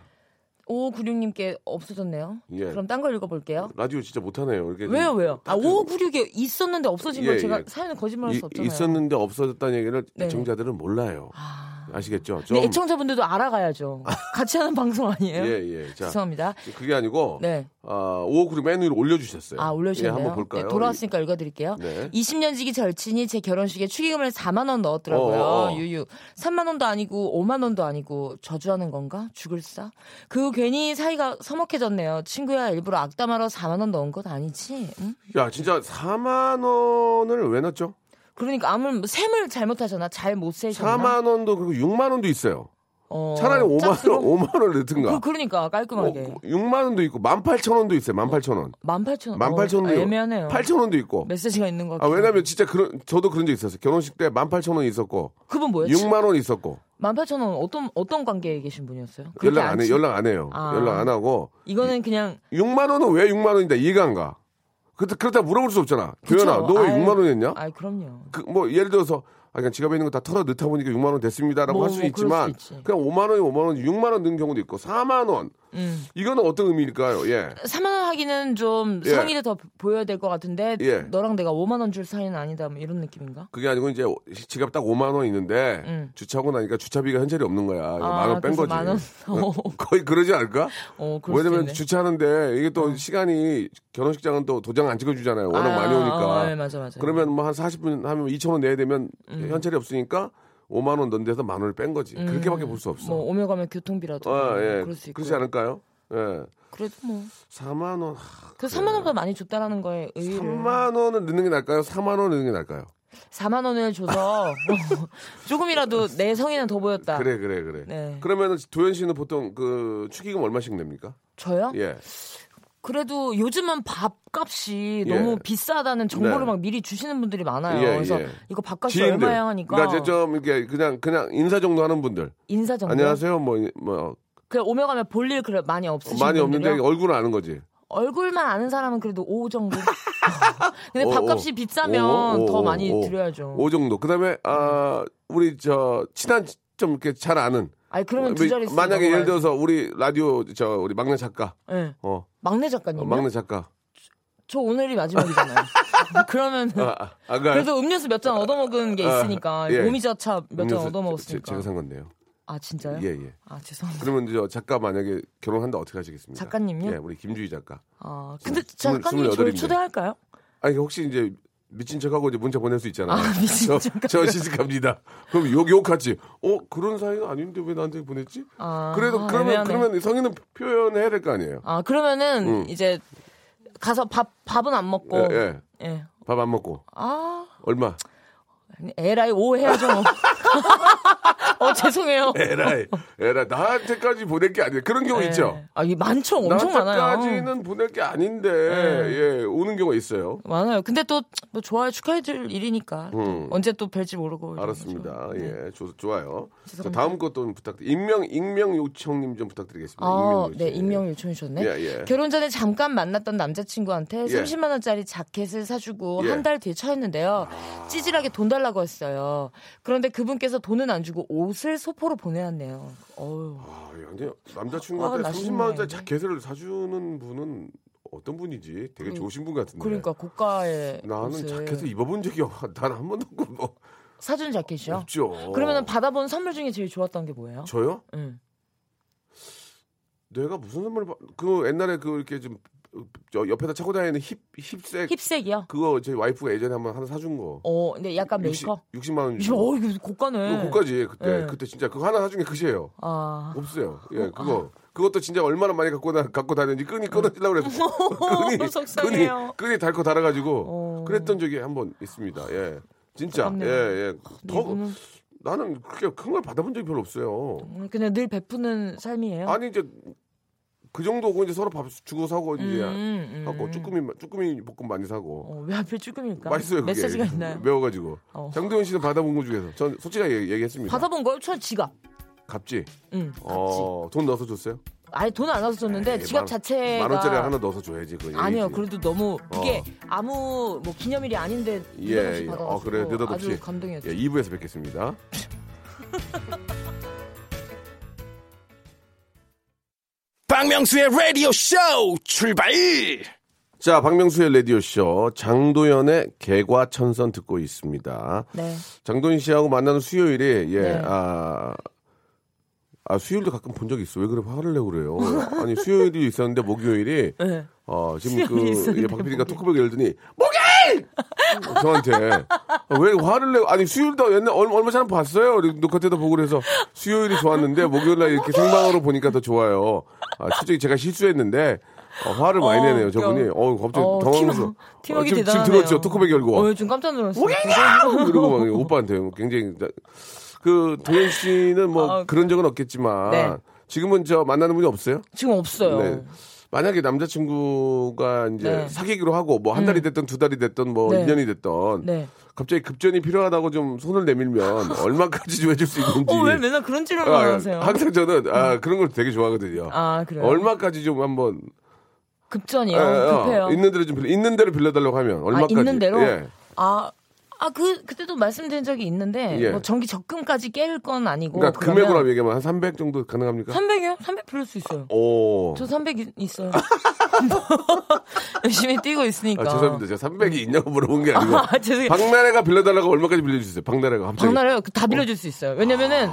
Speaker 7: 5596님께 없어졌네요.
Speaker 3: 예.
Speaker 7: 그럼 딴 걸 읽어볼게요.
Speaker 3: 라디오 진짜 못하네요. 이렇게
Speaker 7: 왜요, 왜요? 아,
Speaker 3: 딱
Speaker 7: 5596에 있었는데 없어진 건
Speaker 3: 예,
Speaker 7: 제가
Speaker 3: 예.
Speaker 7: 사연을 거짓말할
Speaker 3: 이-
Speaker 7: 수 없잖아요.
Speaker 3: 있었는데 없어졌다는 얘기를
Speaker 7: 네.
Speaker 3: 애청자들은 몰라요. 아... 시겠죠 좀.
Speaker 7: 근데 애청자분들도 알아가야죠. 같이 하는 방송 아니에요?
Speaker 3: 예, 예. 자,
Speaker 7: 죄송합니다.
Speaker 3: 그게 아니고
Speaker 7: 네.
Speaker 3: 아, 5 9 6맨 위로 올려주셨어요.
Speaker 7: 아, 올려주셨네요.
Speaker 3: 예, 한번 볼까요?
Speaker 7: 네, 돌아왔으니까 읽어드릴게요.
Speaker 3: 네.
Speaker 7: 20년 지기 절친이 제 결혼식에 축의금을 4만 원 넣었더라고요.
Speaker 3: 어, 어.
Speaker 7: 유유. 3만 원도 아니고 5만 원도 아니고 저주하는 건가? 죽을 싸? 그 후 괜히 사이가 서먹해졌네요. 친구야 일부러 악담하러 4만 원 넣은 것 아니지? 응?
Speaker 3: 야, 진짜 4만 원을 왜 넣었죠?
Speaker 7: 그러니까 아무 셈을 잘못하셨나? 잘 못 세셨나?
Speaker 3: 4만 원도 그리고 6만 원도 있어요.
Speaker 7: 어,
Speaker 3: 차라리 5만 원,
Speaker 7: 짝수로?
Speaker 3: 5만 원을 넣든가. 어, 뭐.
Speaker 7: 그, 그러니까 깔끔하게.
Speaker 3: 6만 원도 있고 18,000원도 있어요. 18,000원.
Speaker 7: 18,000원.
Speaker 3: 18,000원도
Speaker 7: 어, 애매하네요.
Speaker 3: 8,000원도 있고.
Speaker 7: 메시지가 있는 것
Speaker 3: 아,
Speaker 7: 같아요.
Speaker 3: 왜냐면 진짜 그런 저도 그런 적 있었어요. 결혼식 때 18,000원 있었고
Speaker 7: 그분 뭐였지?
Speaker 3: 6만 원 있었고
Speaker 7: 18,000원 어떤 어떤 관계에 계신 분이었어요? 그렇게
Speaker 3: 연락 안 해,
Speaker 7: 치-
Speaker 3: 연락 안 해요.
Speaker 7: 아.
Speaker 3: 연락 안 하고
Speaker 7: 이거는 그냥
Speaker 3: 6만 원은 왜 6만 원인데 이해가 안 가. 그렇다 그렇다 물어볼 수 없잖아. 조연아, 너 왜
Speaker 7: 아유,
Speaker 3: 6만 원 했냐?
Speaker 7: 아이 그럼요.
Speaker 3: 그, 뭐 예를 들어서 아, 그냥 지갑에 있는 거 다 털어 넣다 보니까 6만 원 됐습니다라고
Speaker 7: 뭐,
Speaker 3: 할 수
Speaker 7: 뭐
Speaker 3: 있지만
Speaker 7: 그럴 수 있지.
Speaker 3: 그냥 5만 원이 5만 원, 6만 원 넣은 경우도 있고 4만 원.
Speaker 7: 음.
Speaker 3: 이거는 어떤 의미일까요? 예.
Speaker 7: 3만 원 하기는 좀
Speaker 3: 예.
Speaker 7: 성의를 더 보여야 될 것 같은데
Speaker 3: 예.
Speaker 7: 너랑 내가 5만 원 줄 사이는 아니다 뭐 이런 느낌인가?
Speaker 3: 그게 아니고 이제 지갑 딱 5만 원 있는데 주차하고 나니까 주차비가 현찰이 없는 거야. 어, 만 원 뺀
Speaker 7: 음. 아, 그래서
Speaker 3: 거지.
Speaker 7: 만 원. 어,
Speaker 3: 거의 그러지 않을까?
Speaker 7: 어, 그럴 수도
Speaker 3: 왜냐면
Speaker 7: 있네.
Speaker 3: 주차하는데 이게 또 시간이 결혼식장은 또 도장 안 찍어주잖아요. 워낙
Speaker 7: 어. 아,
Speaker 3: 많이 오니까.
Speaker 7: 어, 예, 맞아 맞아.
Speaker 3: 그러면 뭐 한 40분 하면 2천 원 내야 되면
Speaker 7: 음.
Speaker 3: 현찰이 없으니까 5만 원 넣은 데서 만 원을 뺀 거지. 그렇게밖에 볼 수 없어.
Speaker 7: 뭐 오며 가며 교통비라도 뭐
Speaker 3: 아, 예.
Speaker 7: 그럴 수 있고.
Speaker 3: 그렇지 않을까요? 예.
Speaker 7: 그래도 뭐.
Speaker 3: 4만 원. 하,
Speaker 7: 그 3만 원보다 많이 줬다라는 거에 의의를
Speaker 3: 3만 원을 넣는 게 나을까요? 4만 원을 넣는 게 나을까요?
Speaker 7: 4만 원을 줘서 뭐 조금이라도 내 성의는 더 보였다.
Speaker 3: 그래, 그래, 그래.
Speaker 7: 아. 네.
Speaker 3: 그러면 도현 씨는 보통 그 축의금 얼마씩 냅니까?
Speaker 7: 저요?
Speaker 3: 예.
Speaker 7: 그래도 요즘은 밥값이
Speaker 3: 예.
Speaker 7: 너무 비싸다는 정보를
Speaker 3: 네.
Speaker 7: 막 미리 주시는 분들이 많아요.
Speaker 3: 예,
Speaker 7: 그래서
Speaker 3: 예.
Speaker 7: 이거 밥값이
Speaker 3: 지인들.
Speaker 7: 얼마야 하니까 어,
Speaker 3: 그러니까 이제 좀 이렇게 그냥 그냥 인사 정도 하는 분들.
Speaker 7: 인사 정도.
Speaker 3: 안녕하세요. 뭐 뭐
Speaker 7: 그냥 오며 가면 볼일 그래 많이 없으신
Speaker 3: 많이
Speaker 7: 분들이요?
Speaker 3: 없는데 얼굴은 아는 거지.
Speaker 7: 얼굴만 아는 사람은 그래도 5 정도. 근데
Speaker 3: 오,
Speaker 7: 밥값이
Speaker 3: 오.
Speaker 7: 비싸면
Speaker 3: 오, 오,
Speaker 7: 더
Speaker 3: 오,
Speaker 7: 많이
Speaker 3: 오.
Speaker 7: 드려야죠.
Speaker 3: 오 정도. 그다음에 아 우리 저 친한 좀 이렇게 잘 아는.
Speaker 7: 아니 그러면 두 자리
Speaker 3: 뭐, 만약에 예를 들어서 우리 라디오 저 우리 막내 작가.
Speaker 7: 예.
Speaker 3: 어,
Speaker 7: 막내
Speaker 3: 어,
Speaker 7: 작가님. 요
Speaker 3: 막내 작가.
Speaker 7: 저 오늘이 마지막이잖아요. 그러면
Speaker 3: 아,
Speaker 7: 은
Speaker 3: 아, 아, 그러니까
Speaker 7: 그래도 음료수 몇 잔 얻어먹은 게
Speaker 3: 아,
Speaker 7: 있으니까
Speaker 3: 예.
Speaker 7: 오미자차 몇 잔
Speaker 3: 음료수
Speaker 7: 얻어먹었으니까.
Speaker 3: 제- 제가 산 건데요.
Speaker 7: 아 진짜요?
Speaker 3: 예, 예.
Speaker 7: 아 죄송합니다.
Speaker 3: 그러면 저 작가 만약에 결혼한다 어떻게 하시겠습니까?
Speaker 7: 작가님요?
Speaker 3: 예, 우리 김주희 작가.
Speaker 7: 아 근데
Speaker 3: 스물-
Speaker 7: 작가님 저를
Speaker 3: 스물여덟인데.
Speaker 7: 초대할까요?
Speaker 3: 아니 그 혹시 이제 미친 척하고 이제 문자 보낼 수 있잖아요.
Speaker 7: 아, 미친
Speaker 3: 저-
Speaker 7: 척하고.
Speaker 3: 저 시집갑니다. 그럼 욕 욕하지. 어 그런 사이가 아닌데 왜 나한테 보냈지?
Speaker 7: 아,
Speaker 3: 그래도 그러면
Speaker 7: 애매하네.
Speaker 3: 그러면 성인은 표현해야 될 거 아니에요.
Speaker 7: 아 그러면은 이제 가서 밥 밥은 안 먹고
Speaker 3: 예, 예.
Speaker 7: 예.
Speaker 3: 밥 안 먹고
Speaker 7: 아
Speaker 3: 얼마?
Speaker 7: 에라이 오 해야죠. 뭐. 어 죄송해요.
Speaker 3: 에라이, 에라이 나한테까지 보낼 게 아니에요. 그런 경우
Speaker 7: 예.
Speaker 3: 예, 뭐 있죠.
Speaker 7: 아 이게 많죠. 엄청 많아요.
Speaker 3: 나한테까지는 보낼 게 아닌데 예 오는 경우가 있어요.
Speaker 7: 많아요. 근데 또 뭐 좋아요 축하해줄 일이니까 또 언제 또 뵐지 모르고 이런
Speaker 3: 음. 알았습니다.
Speaker 7: 거죠. 네.
Speaker 3: 예, 좋, 좋아요. 자,
Speaker 7: 그렇죠. 죄송합니다.
Speaker 3: 다음 것도 부탁드. 익명 익명 요청님 좀 부탁드리겠습니다.
Speaker 7: 아,
Speaker 3: 요청.
Speaker 7: 네, 익명 요청이 셨네
Speaker 3: 예, 예.
Speaker 7: 결혼 전에 잠깐 만났던 남자친구한테
Speaker 3: 예.
Speaker 7: 30만 원짜리 자켓을 사주고
Speaker 3: 예. 아.
Speaker 7: 한 달 뒤에 처했는데요. 찌질하게 돈 달라고 했어요. 그런데 그분께서 돈은 안 주고 옷을 소포로 보내왔네요. 어우.
Speaker 3: 아, 야, 근데 남자친구한테
Speaker 7: 화가
Speaker 3: 30만 원짜리
Speaker 7: 아, 나시는데.
Speaker 3: 자켓을 사주는 분은 어떤 분이지? 되게
Speaker 7: 그리고-
Speaker 3: 좋으신 분 같은데.
Speaker 7: 그러니까 고가의
Speaker 3: 네. 나는
Speaker 7: 옷을
Speaker 3: 자켓을 입어본 적이 없. 난한 번도 없고 뭐
Speaker 7: 사준 자켓이요.
Speaker 3: 없죠.
Speaker 7: 그러면 받아본 선물 중에 제일 좋았던 게 뭐예요?
Speaker 3: 어, 저요?
Speaker 7: 응.
Speaker 3: 내가 무슨 선물을 받... 그 옛날에 그 이렇게 좀 저 옆에다 차고 다니는 힙 힙색
Speaker 7: 힙색이요.
Speaker 3: 그거 제 와이프가 예전에 한번 하나 사준 거.
Speaker 7: 어, 근데 약간 메이커.
Speaker 3: 60, 만원
Speaker 7: 이거
Speaker 3: 주고.
Speaker 7: 어, 이거 고가네.
Speaker 3: 그거 음. 고가지 그때
Speaker 7: 네.
Speaker 3: 그때 진짜 그거 하나 사준 게 그제예요.
Speaker 7: 아.
Speaker 3: 없어요. 예, 그거. 그것도 진짜 얼마나 많이 갖고 나 갖고 다녔는지 끈이 끊어지려고 그래서 끈이
Speaker 7: 속상해요.
Speaker 3: 끈이, 끈이 달고 달아가지고
Speaker 7: 어.
Speaker 3: 그랬던 적이 한 번 있습니다. 예, 진짜
Speaker 7: 그렇네요. 아,
Speaker 3: 예예. 더
Speaker 7: 이분은-
Speaker 3: 나는 그렇게 큰 걸 받아본 적이 별로 없어요.
Speaker 7: 음, 그냥 늘 베푸는 삶이에요.
Speaker 3: 아니 이제 그 정도고 이제 서로 밥 주고 사고 이제
Speaker 7: 음, 음.
Speaker 3: 하고 쭈꾸미 쭈꾸미 볶음 많이 사고
Speaker 7: 어, 왜 하필 쭈금일까?
Speaker 3: 맛있어요 그게
Speaker 7: 메시지가 있나요?
Speaker 3: 매워가지고
Speaker 7: 어.
Speaker 3: 장도현 씨는 받아본 것 중에서 전 솔직하게 얘기- 얘기했습니다.
Speaker 7: 받아본 거요? 저 지갑.
Speaker 3: 갑지.
Speaker 7: 응, 갑지.
Speaker 3: 어, 돈 넣어서 줬어요?
Speaker 7: 아니 돈 안 와서 줬는데
Speaker 3: 에이,
Speaker 7: 지갑
Speaker 3: 만-
Speaker 7: 자체가
Speaker 3: 만 원짜리 하나 넣어서 줘야지 그
Speaker 7: 아니요. 그래도 너무 이게
Speaker 3: 어.
Speaker 7: 아무 뭐 기념일이 아닌데
Speaker 3: 예, 예.
Speaker 7: 받아
Speaker 3: 어 그래요. 느닷없이.
Speaker 7: 아주 감동이었죠.
Speaker 3: 예, 2부에서 뵙겠습니다.
Speaker 2: 박명수의 라디오 쇼 출발!
Speaker 3: 자, 박명수의 라디오 쇼 장도연의 개과천선 듣고 있습니다.
Speaker 7: 네.
Speaker 3: 장도연 씨하고 만나는 수요일에 예,
Speaker 7: 네.
Speaker 3: 아. 아, 수요일도 가끔 본 적 있어. 왜 그래 화를 내고 그래요? 아니, 수요일이 있었는데 목요일이
Speaker 7: 네.
Speaker 3: 어, 지금
Speaker 7: 수염이
Speaker 3: 그,
Speaker 7: 있었는데
Speaker 3: 예, 박 PD가 토크백을 열더니, 목요일! 어, 저한테. 아, 왜 화를 내고, 아니, 수요일도 옛날, 얼마, 얼마 전에 봤어요. 우리 녹화 때도 보고 그래서 수요일이 좋았는데, 목요일날 이렇게 생방으로 보니까 더 좋아요. 아, 솔직히 제가 실수했는데, 어, 화를 많이
Speaker 7: 어,
Speaker 3: 내네요,
Speaker 7: 웃겨.
Speaker 3: 저분이. 어, 갑자기
Speaker 7: 어,
Speaker 3: 당황해서. 아,
Speaker 7: 팀워- 팀워크
Speaker 3: 지금, 지금
Speaker 7: 대단하네요.
Speaker 3: 들었죠? 토크백 열고.
Speaker 7: 어, 좀 깜짝 놀랐어요.
Speaker 3: 그리고 막 오빠한테 굉장히 나- 그 도현 씨는 뭐
Speaker 7: 아,
Speaker 3: 그런 적은 없겠지만
Speaker 7: 네.
Speaker 3: 지금은 저 만나는 분이 없어요?
Speaker 7: 지금 없어요.
Speaker 3: 네. 만약에 남자친구가 이제
Speaker 7: 네. 음.
Speaker 3: 사귀기로 하고 뭐 한 달이 됐든 두 달이 됐든 뭐
Speaker 7: 네.
Speaker 3: 일년이 됐든
Speaker 7: 네.
Speaker 3: 갑자기 급전이 필요하다고 좀 손을 내밀면 얼마까지 좀 해줄 수 있는지.
Speaker 7: 어, 왜 맨날 그런 질문을
Speaker 3: 예. 아,
Speaker 7: 하세요? 네.
Speaker 3: 항상 저는 아, 그런 걸 되게 좋아하거든요.
Speaker 7: 아, 그래요?
Speaker 3: 얼마까지 좀 한번
Speaker 7: 급전이요.
Speaker 3: 아, 아,
Speaker 7: 예, 어, 급해요.
Speaker 3: 있는 대로 좀 빌려, 있는 대로 빌려달라고 하면 얼마까지
Speaker 7: 아, 있는 대로?
Speaker 3: 예.
Speaker 7: 아, 아, 그, 그때도 말씀드린 적이 있는데,
Speaker 3: 예.
Speaker 7: 뭐 전기 적금까지 깰 건 아니고.
Speaker 3: 그러니까 금액으로 얘기하면 한 300 정도 가능합니까?
Speaker 7: 300이요? 300 빌릴 수 있어요.
Speaker 3: 오.
Speaker 7: 저 300 있어요. 열심히 뛰고 있으니까.
Speaker 3: 아, 죄송합니다. 제가 300이 있냐고 물어본 게 아니고.
Speaker 7: 음. 아, 죄송해요.
Speaker 3: 박나래가 빌려달라고 얼마까지 빌려주세요? 박나래가 갑자기. 아.
Speaker 7: 박나래요? 그다 빌려줄 수 있어요. 왜냐면은,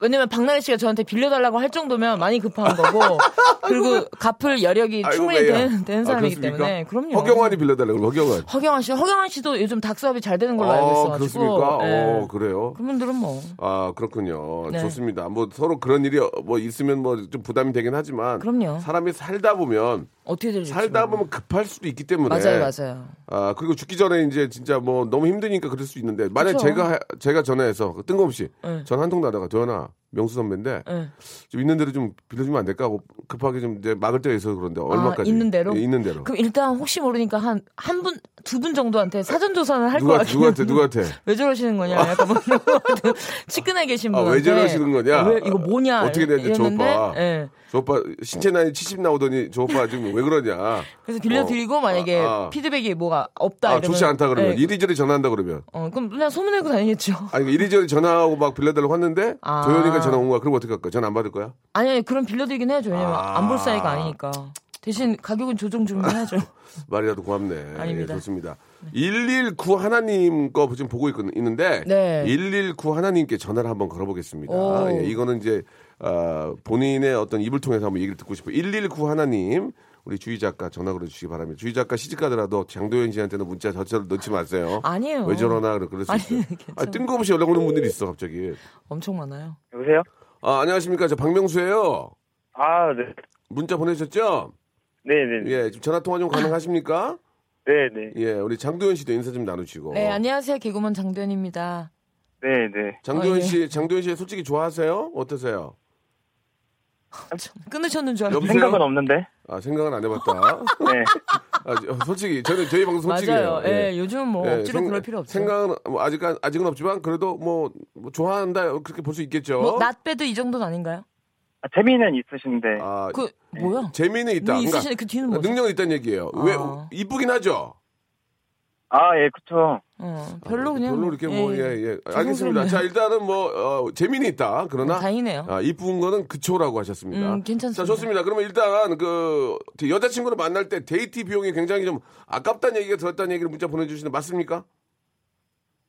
Speaker 7: 왜냐면 박나래 씨가 저한테 빌려달라고 할 정도면 많이 급한 거고, 그리고 갚을 여력이
Speaker 3: 아이고,
Speaker 7: 충분히
Speaker 3: 왜요?
Speaker 7: 된, 된
Speaker 3: 아,
Speaker 7: 사람이기
Speaker 3: 그렇습니까?
Speaker 7: 때문에. 네, 그럼요.
Speaker 3: 허경환이 빌려달라고 그러고, 허경환.
Speaker 7: 허경환 씨, 허경환 씨도 요즘 닭 사업이 잘 되는 걸로 알고
Speaker 3: 아,
Speaker 7: 있어가지고.
Speaker 3: 그렇습니까?
Speaker 7: 예.
Speaker 3: 어, 그래요.
Speaker 7: 그분들은 뭐.
Speaker 3: 아, 그렇군요.
Speaker 7: 네.
Speaker 3: 좋습니다. 뭐 서로 그런 일이 뭐 있으면 뭐 좀 부담이 되긴 하지만
Speaker 7: 그럼요.
Speaker 3: 사람이 살다 보면
Speaker 7: 어떻게 될지.
Speaker 3: 살다
Speaker 7: 모르겠어요.
Speaker 3: 보면 급할 수도 있기 때문에
Speaker 7: 맞아요, 맞아요.
Speaker 3: 아, 그리고 죽기 전에 이제 진짜 뭐 너무 힘드니까 그럴 수 있는데 만약
Speaker 7: 그쵸.
Speaker 3: 제가 제가 전화해서 그 뜬금없이
Speaker 7: 네.
Speaker 3: 전 한통 나다가 도현아 명수 선배인데
Speaker 7: 예.
Speaker 3: 좀 있는 대로 좀 빌려주면 안 될까 하고 급하게 좀 이제 막을 때가 있어서 그런데 얼마까지
Speaker 7: 아, 있는 대로?
Speaker 3: 예, 있는 대로
Speaker 7: 그럼 일단 혹시 모르니까 한 한 분 두 분 정도한테 사전 조사는 할 거
Speaker 3: 누가
Speaker 7: 같긴
Speaker 3: 누구한테
Speaker 7: 한데.
Speaker 3: 누구한테
Speaker 7: 왜 저러시는 거냐 약간 뭐 이런 거 측근에 계신
Speaker 3: 아,
Speaker 7: 분한테
Speaker 3: 왜 저러시는 거냐? 아,
Speaker 7: 왜 이거 뭐냐
Speaker 3: 어떻게
Speaker 7: 이랬-
Speaker 3: 됐는지 저
Speaker 7: 이랬는데,
Speaker 3: 오빠.
Speaker 7: 예.
Speaker 3: 저 오빠 신체 나이 70 나오더니 저 오빠 지금 왜 그러냐
Speaker 7: 그래서 빌려드리고
Speaker 3: 어,
Speaker 7: 만약에
Speaker 3: 아, 아.
Speaker 7: 피드백이 뭐가 없다
Speaker 3: 아
Speaker 7: 아, 이러면
Speaker 3: 좋지 않다 그러면
Speaker 7: 예.
Speaker 3: 이리저리 전화한다 그러면
Speaker 7: 어, 그럼 그냥 소문내고 다니겠죠
Speaker 3: 아니 이리저리 전화하고 막 빌려달라고 했는데
Speaker 7: 아.
Speaker 3: 도현이가 전화 온 거야 그럼 어떻게 할 거야 전안 화 받을 거야
Speaker 7: 아니 아니 그럼 빌려드리긴 해야죠 왜냐면
Speaker 3: 아.
Speaker 7: 안 볼 사이가 아니니까 대신 가격은 조정 좀 해야죠
Speaker 3: 말이라도 고맙네
Speaker 7: 아닙니다.
Speaker 3: 예, 좋습니다 119 하나님 거 지금 보고 있, 있는데
Speaker 7: 네.
Speaker 3: 119 하나님께 전화를 한번 걸어보겠습니다
Speaker 7: 오.
Speaker 3: 예, 이거는 이제 아, 본인의 어떤 입을 통해서 한번 얘기를 듣고 싶어요 119 하나님 우리 주희 작가 전화 걸어주시기 바랍니다 주희 작가 시집 가더라도 장도연 씨한테는 문자 저처럼 넣지 마세요
Speaker 7: 아니에요.
Speaker 3: 왜 저러나 그럴 수
Speaker 7: 아니,
Speaker 3: 있어요
Speaker 7: 괜찮아요.
Speaker 3: 아, 뜬금없이 연락 오는 분들이 있어 갑자기
Speaker 7: 엄청 많아요
Speaker 8: 여보세요?
Speaker 3: 아, 안녕하십니까 저 박명수예요
Speaker 8: 아, 네.
Speaker 3: 문자 보내셨죠?
Speaker 8: 네네.
Speaker 3: 예, 지금 전화 통화 좀 가능하십니까?
Speaker 8: 네네.
Speaker 3: 예, 우리 장도연 씨도 인사 좀 나누시고.
Speaker 7: 네 안녕하세요 개그맨 장도연입니다
Speaker 8: 네네.
Speaker 3: 장도연
Speaker 7: 어, 예.
Speaker 3: 씨, 장도연 씨 솔직히 좋아하세요? 어떠세요?
Speaker 7: 끊으셨는 줄 알고
Speaker 3: 여보세요?
Speaker 8: 생각은 없는데?
Speaker 3: 아, 생각은 안 해봤다.
Speaker 8: 네.
Speaker 3: 아, 저- 솔직히 저는 저희 방송 솔직해요.
Speaker 7: 맞아요 예, 요즘은 뭐
Speaker 3: 예,
Speaker 7: 억지로
Speaker 3: 생-
Speaker 7: 그럴 필요 없죠
Speaker 3: 생각은 뭐 아직 아직은 없지만 그래도 뭐, 뭐 좋아한다 그렇게 볼 수 있겠죠.
Speaker 7: 뭐 낫배도 이 정도는 아닌가요?
Speaker 8: 아, 재미는 있으신데.
Speaker 3: 아,
Speaker 7: 그 뭐야?
Speaker 3: 재미는 있다. 그러니까 아,
Speaker 7: 눈이 있으시네. 그 뒤는 뭐죠?
Speaker 3: 능력은 있다는 얘기예요.
Speaker 7: 아.
Speaker 3: 왜 이쁘긴 하죠.
Speaker 8: 아, 예, 그쵸.
Speaker 7: 어, 별로 그냥
Speaker 3: 아, 별로 이렇게 뭐 예 예 알겠습니다.
Speaker 7: 죄송스럽네요.
Speaker 3: 자 일단은 뭐 어, 재미는 있다. 그러나
Speaker 7: 다행이네요.
Speaker 3: 아, 이쁜 거는 그초라고 하셨습니다.
Speaker 7: 음, 괜찮습니다.
Speaker 3: 자, 좋습니다. 그러면 일단 그 여자친구를 만날 때 데이트 비용이 굉장히 좀 아깝다는 얘기가 들었다는 얘기를 문자 보내주시는 맞습니까?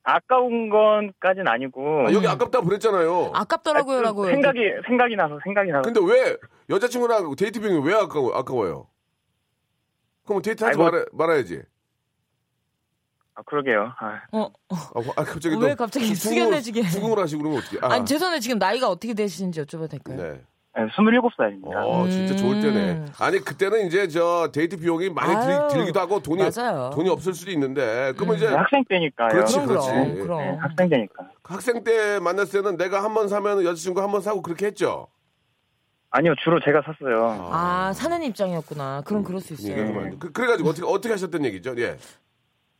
Speaker 8: 아까운 건까진 아니고.
Speaker 3: 아, 여기 아깝다 고 그랬잖아요.
Speaker 7: 음. 아깝더라고요라고 그
Speaker 8: 생각이, 생각이 나서, 생각이 나서.
Speaker 3: 근데 왜 여자친구랑 데이트 비용이 왜 아까워, 아까워요? 그럼 데이트하지
Speaker 8: 아이고.
Speaker 3: 말아, 말아야지.
Speaker 8: 아, 그러게요. 아,
Speaker 7: 어,
Speaker 3: 아, 아, 갑자기
Speaker 7: 왜
Speaker 3: 또
Speaker 7: 갑자기
Speaker 3: 수-
Speaker 7: 숙연해지게.
Speaker 3: 수긍을 하시고 그러면 어떻게? 아,
Speaker 7: 아니 죄송해요 지금 나이가 어떻게 되시는지 여쭤봐도 될까요?
Speaker 3: 네.
Speaker 8: 27살입니다.
Speaker 3: 어, 진짜 좋을 때네. 아니 그때는 이제 저 데이트 비용이 많이
Speaker 7: 음. 아유,
Speaker 3: 들, 기도 하고 돈이
Speaker 7: 맞아요. 음.
Speaker 3: 돈이 없을 수도 있는데 그러면 이제
Speaker 8: 네, 학생 때니까요.
Speaker 3: 네.
Speaker 8: 예,
Speaker 3: 그렇지.
Speaker 7: 그럼 그럼
Speaker 3: 그렇지.
Speaker 8: 네,
Speaker 7: 그럼.
Speaker 8: 학생 때니까.
Speaker 3: 학생 때 만났을 때는 내가 한 번 사면 여자친구 한 번 사고 그렇게 했죠.
Speaker 8: 아니요, 주로 제가 샀어요.
Speaker 7: 아 사는 입장이었구나. 그럼 그럴 수
Speaker 3: 얘기가
Speaker 7: 있어요. 네.
Speaker 3: 좀 안- 그, 그래가지고 어떻게 어떻게 하셨던 얘기죠? 예.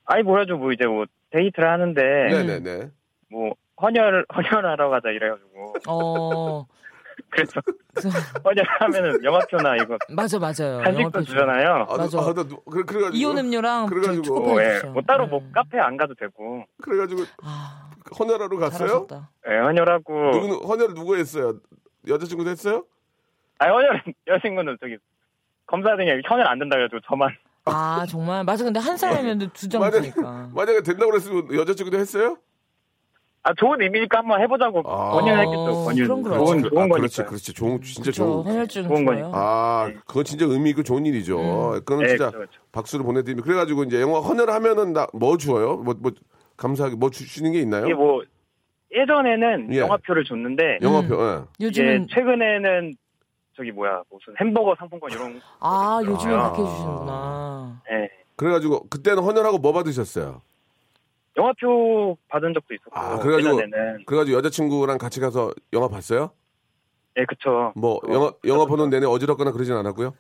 Speaker 8: 아니, 뭐라죠, 뭐, 이제 뭐, 데이트를 하는데,
Speaker 3: 네네네.
Speaker 8: 뭐, 헌혈, 헌혈하러 가자, 이래가지고.
Speaker 7: 어
Speaker 8: 그래서, 헌혈하면은 영화표나 이거,
Speaker 7: 맞아 맞아요.
Speaker 8: 간식도
Speaker 7: 영화표
Speaker 8: 주잖아요.
Speaker 3: 아,
Speaker 7: 맞아.
Speaker 3: 아, 나 누- 그래 그래가지고
Speaker 7: 이온 음료랑
Speaker 3: 그래가지고,
Speaker 8: 뭐,
Speaker 7: 초코파이
Speaker 8: 예,
Speaker 7: 주죠.
Speaker 8: 뭐, 따로
Speaker 7: 네.
Speaker 8: 뭐, 카페 안 가도 되고,
Speaker 3: 그래가지고
Speaker 7: 아,
Speaker 3: 헌혈하러 갔어요.
Speaker 7: 잘하셨다.
Speaker 8: 예, 헌혈하고,
Speaker 3: 누구 헌혈 누구 했어요? 여자친구도 했어요?
Speaker 8: 아, 헌혈, 여자친구는 저기, 검사 등에 헌혈 안 된다 그래가지고, 저만,
Speaker 7: 아 정말 맞아 근데 한 사람이면 두장
Speaker 3: 맞아요.
Speaker 7: 주니까.
Speaker 3: 만약에 된다고 그랬으면 여자친구도 했어요?
Speaker 8: 아, 좋은 의미니까 한번 해보자고,
Speaker 3: 아.
Speaker 8: 권유했겠죠, 권유.
Speaker 7: 그럼, 그럼.
Speaker 8: 좋은,
Speaker 3: 그-
Speaker 8: 좋은
Speaker 3: 아,
Speaker 8: 거니까.
Speaker 3: 그렇지, 그렇지. 좋은 진짜
Speaker 7: 저
Speaker 3: 좋은.
Speaker 7: 헌혈증
Speaker 8: 좋은
Speaker 7: 좋아요.
Speaker 8: 거니까.
Speaker 3: 아, 그건 진짜 의미 있고 좋은 일이죠.
Speaker 7: 음.
Speaker 3: 그건
Speaker 8: 네,
Speaker 3: 진짜
Speaker 8: 그렇죠, 그렇죠.
Speaker 3: 박수를 보내드리면 그래가지고 이제 영화 헌혈하면은 나 뭐 주어요? 뭐 뭐 감사하게 뭐 주시는 게 있나요?
Speaker 8: 이게 뭐, 예전에는
Speaker 3: 예.
Speaker 8: 영화표를 줬는데,
Speaker 3: 영화표. 예.
Speaker 7: 요즘은
Speaker 8: 이제 최근에는 저기 뭐야 무슨 햄버거 상품권 이런
Speaker 7: 아 요즘은
Speaker 3: 아.
Speaker 7: 그렇게 해주시는구나.
Speaker 8: 예.
Speaker 3: 그래가지고 그때는 헌혈하고 뭐 받으셨어요?
Speaker 8: 영화표 받은 적도 있었고
Speaker 3: 아, 그래가지고
Speaker 8: 예전에는
Speaker 3: 그래가지고 여자친구랑 같이 가서 영화 봤어요?
Speaker 8: 예 그쵸
Speaker 3: 뭐 영화
Speaker 7: 어,
Speaker 3: 영화 보는 내내 어지럽거나 그러진 않았고요.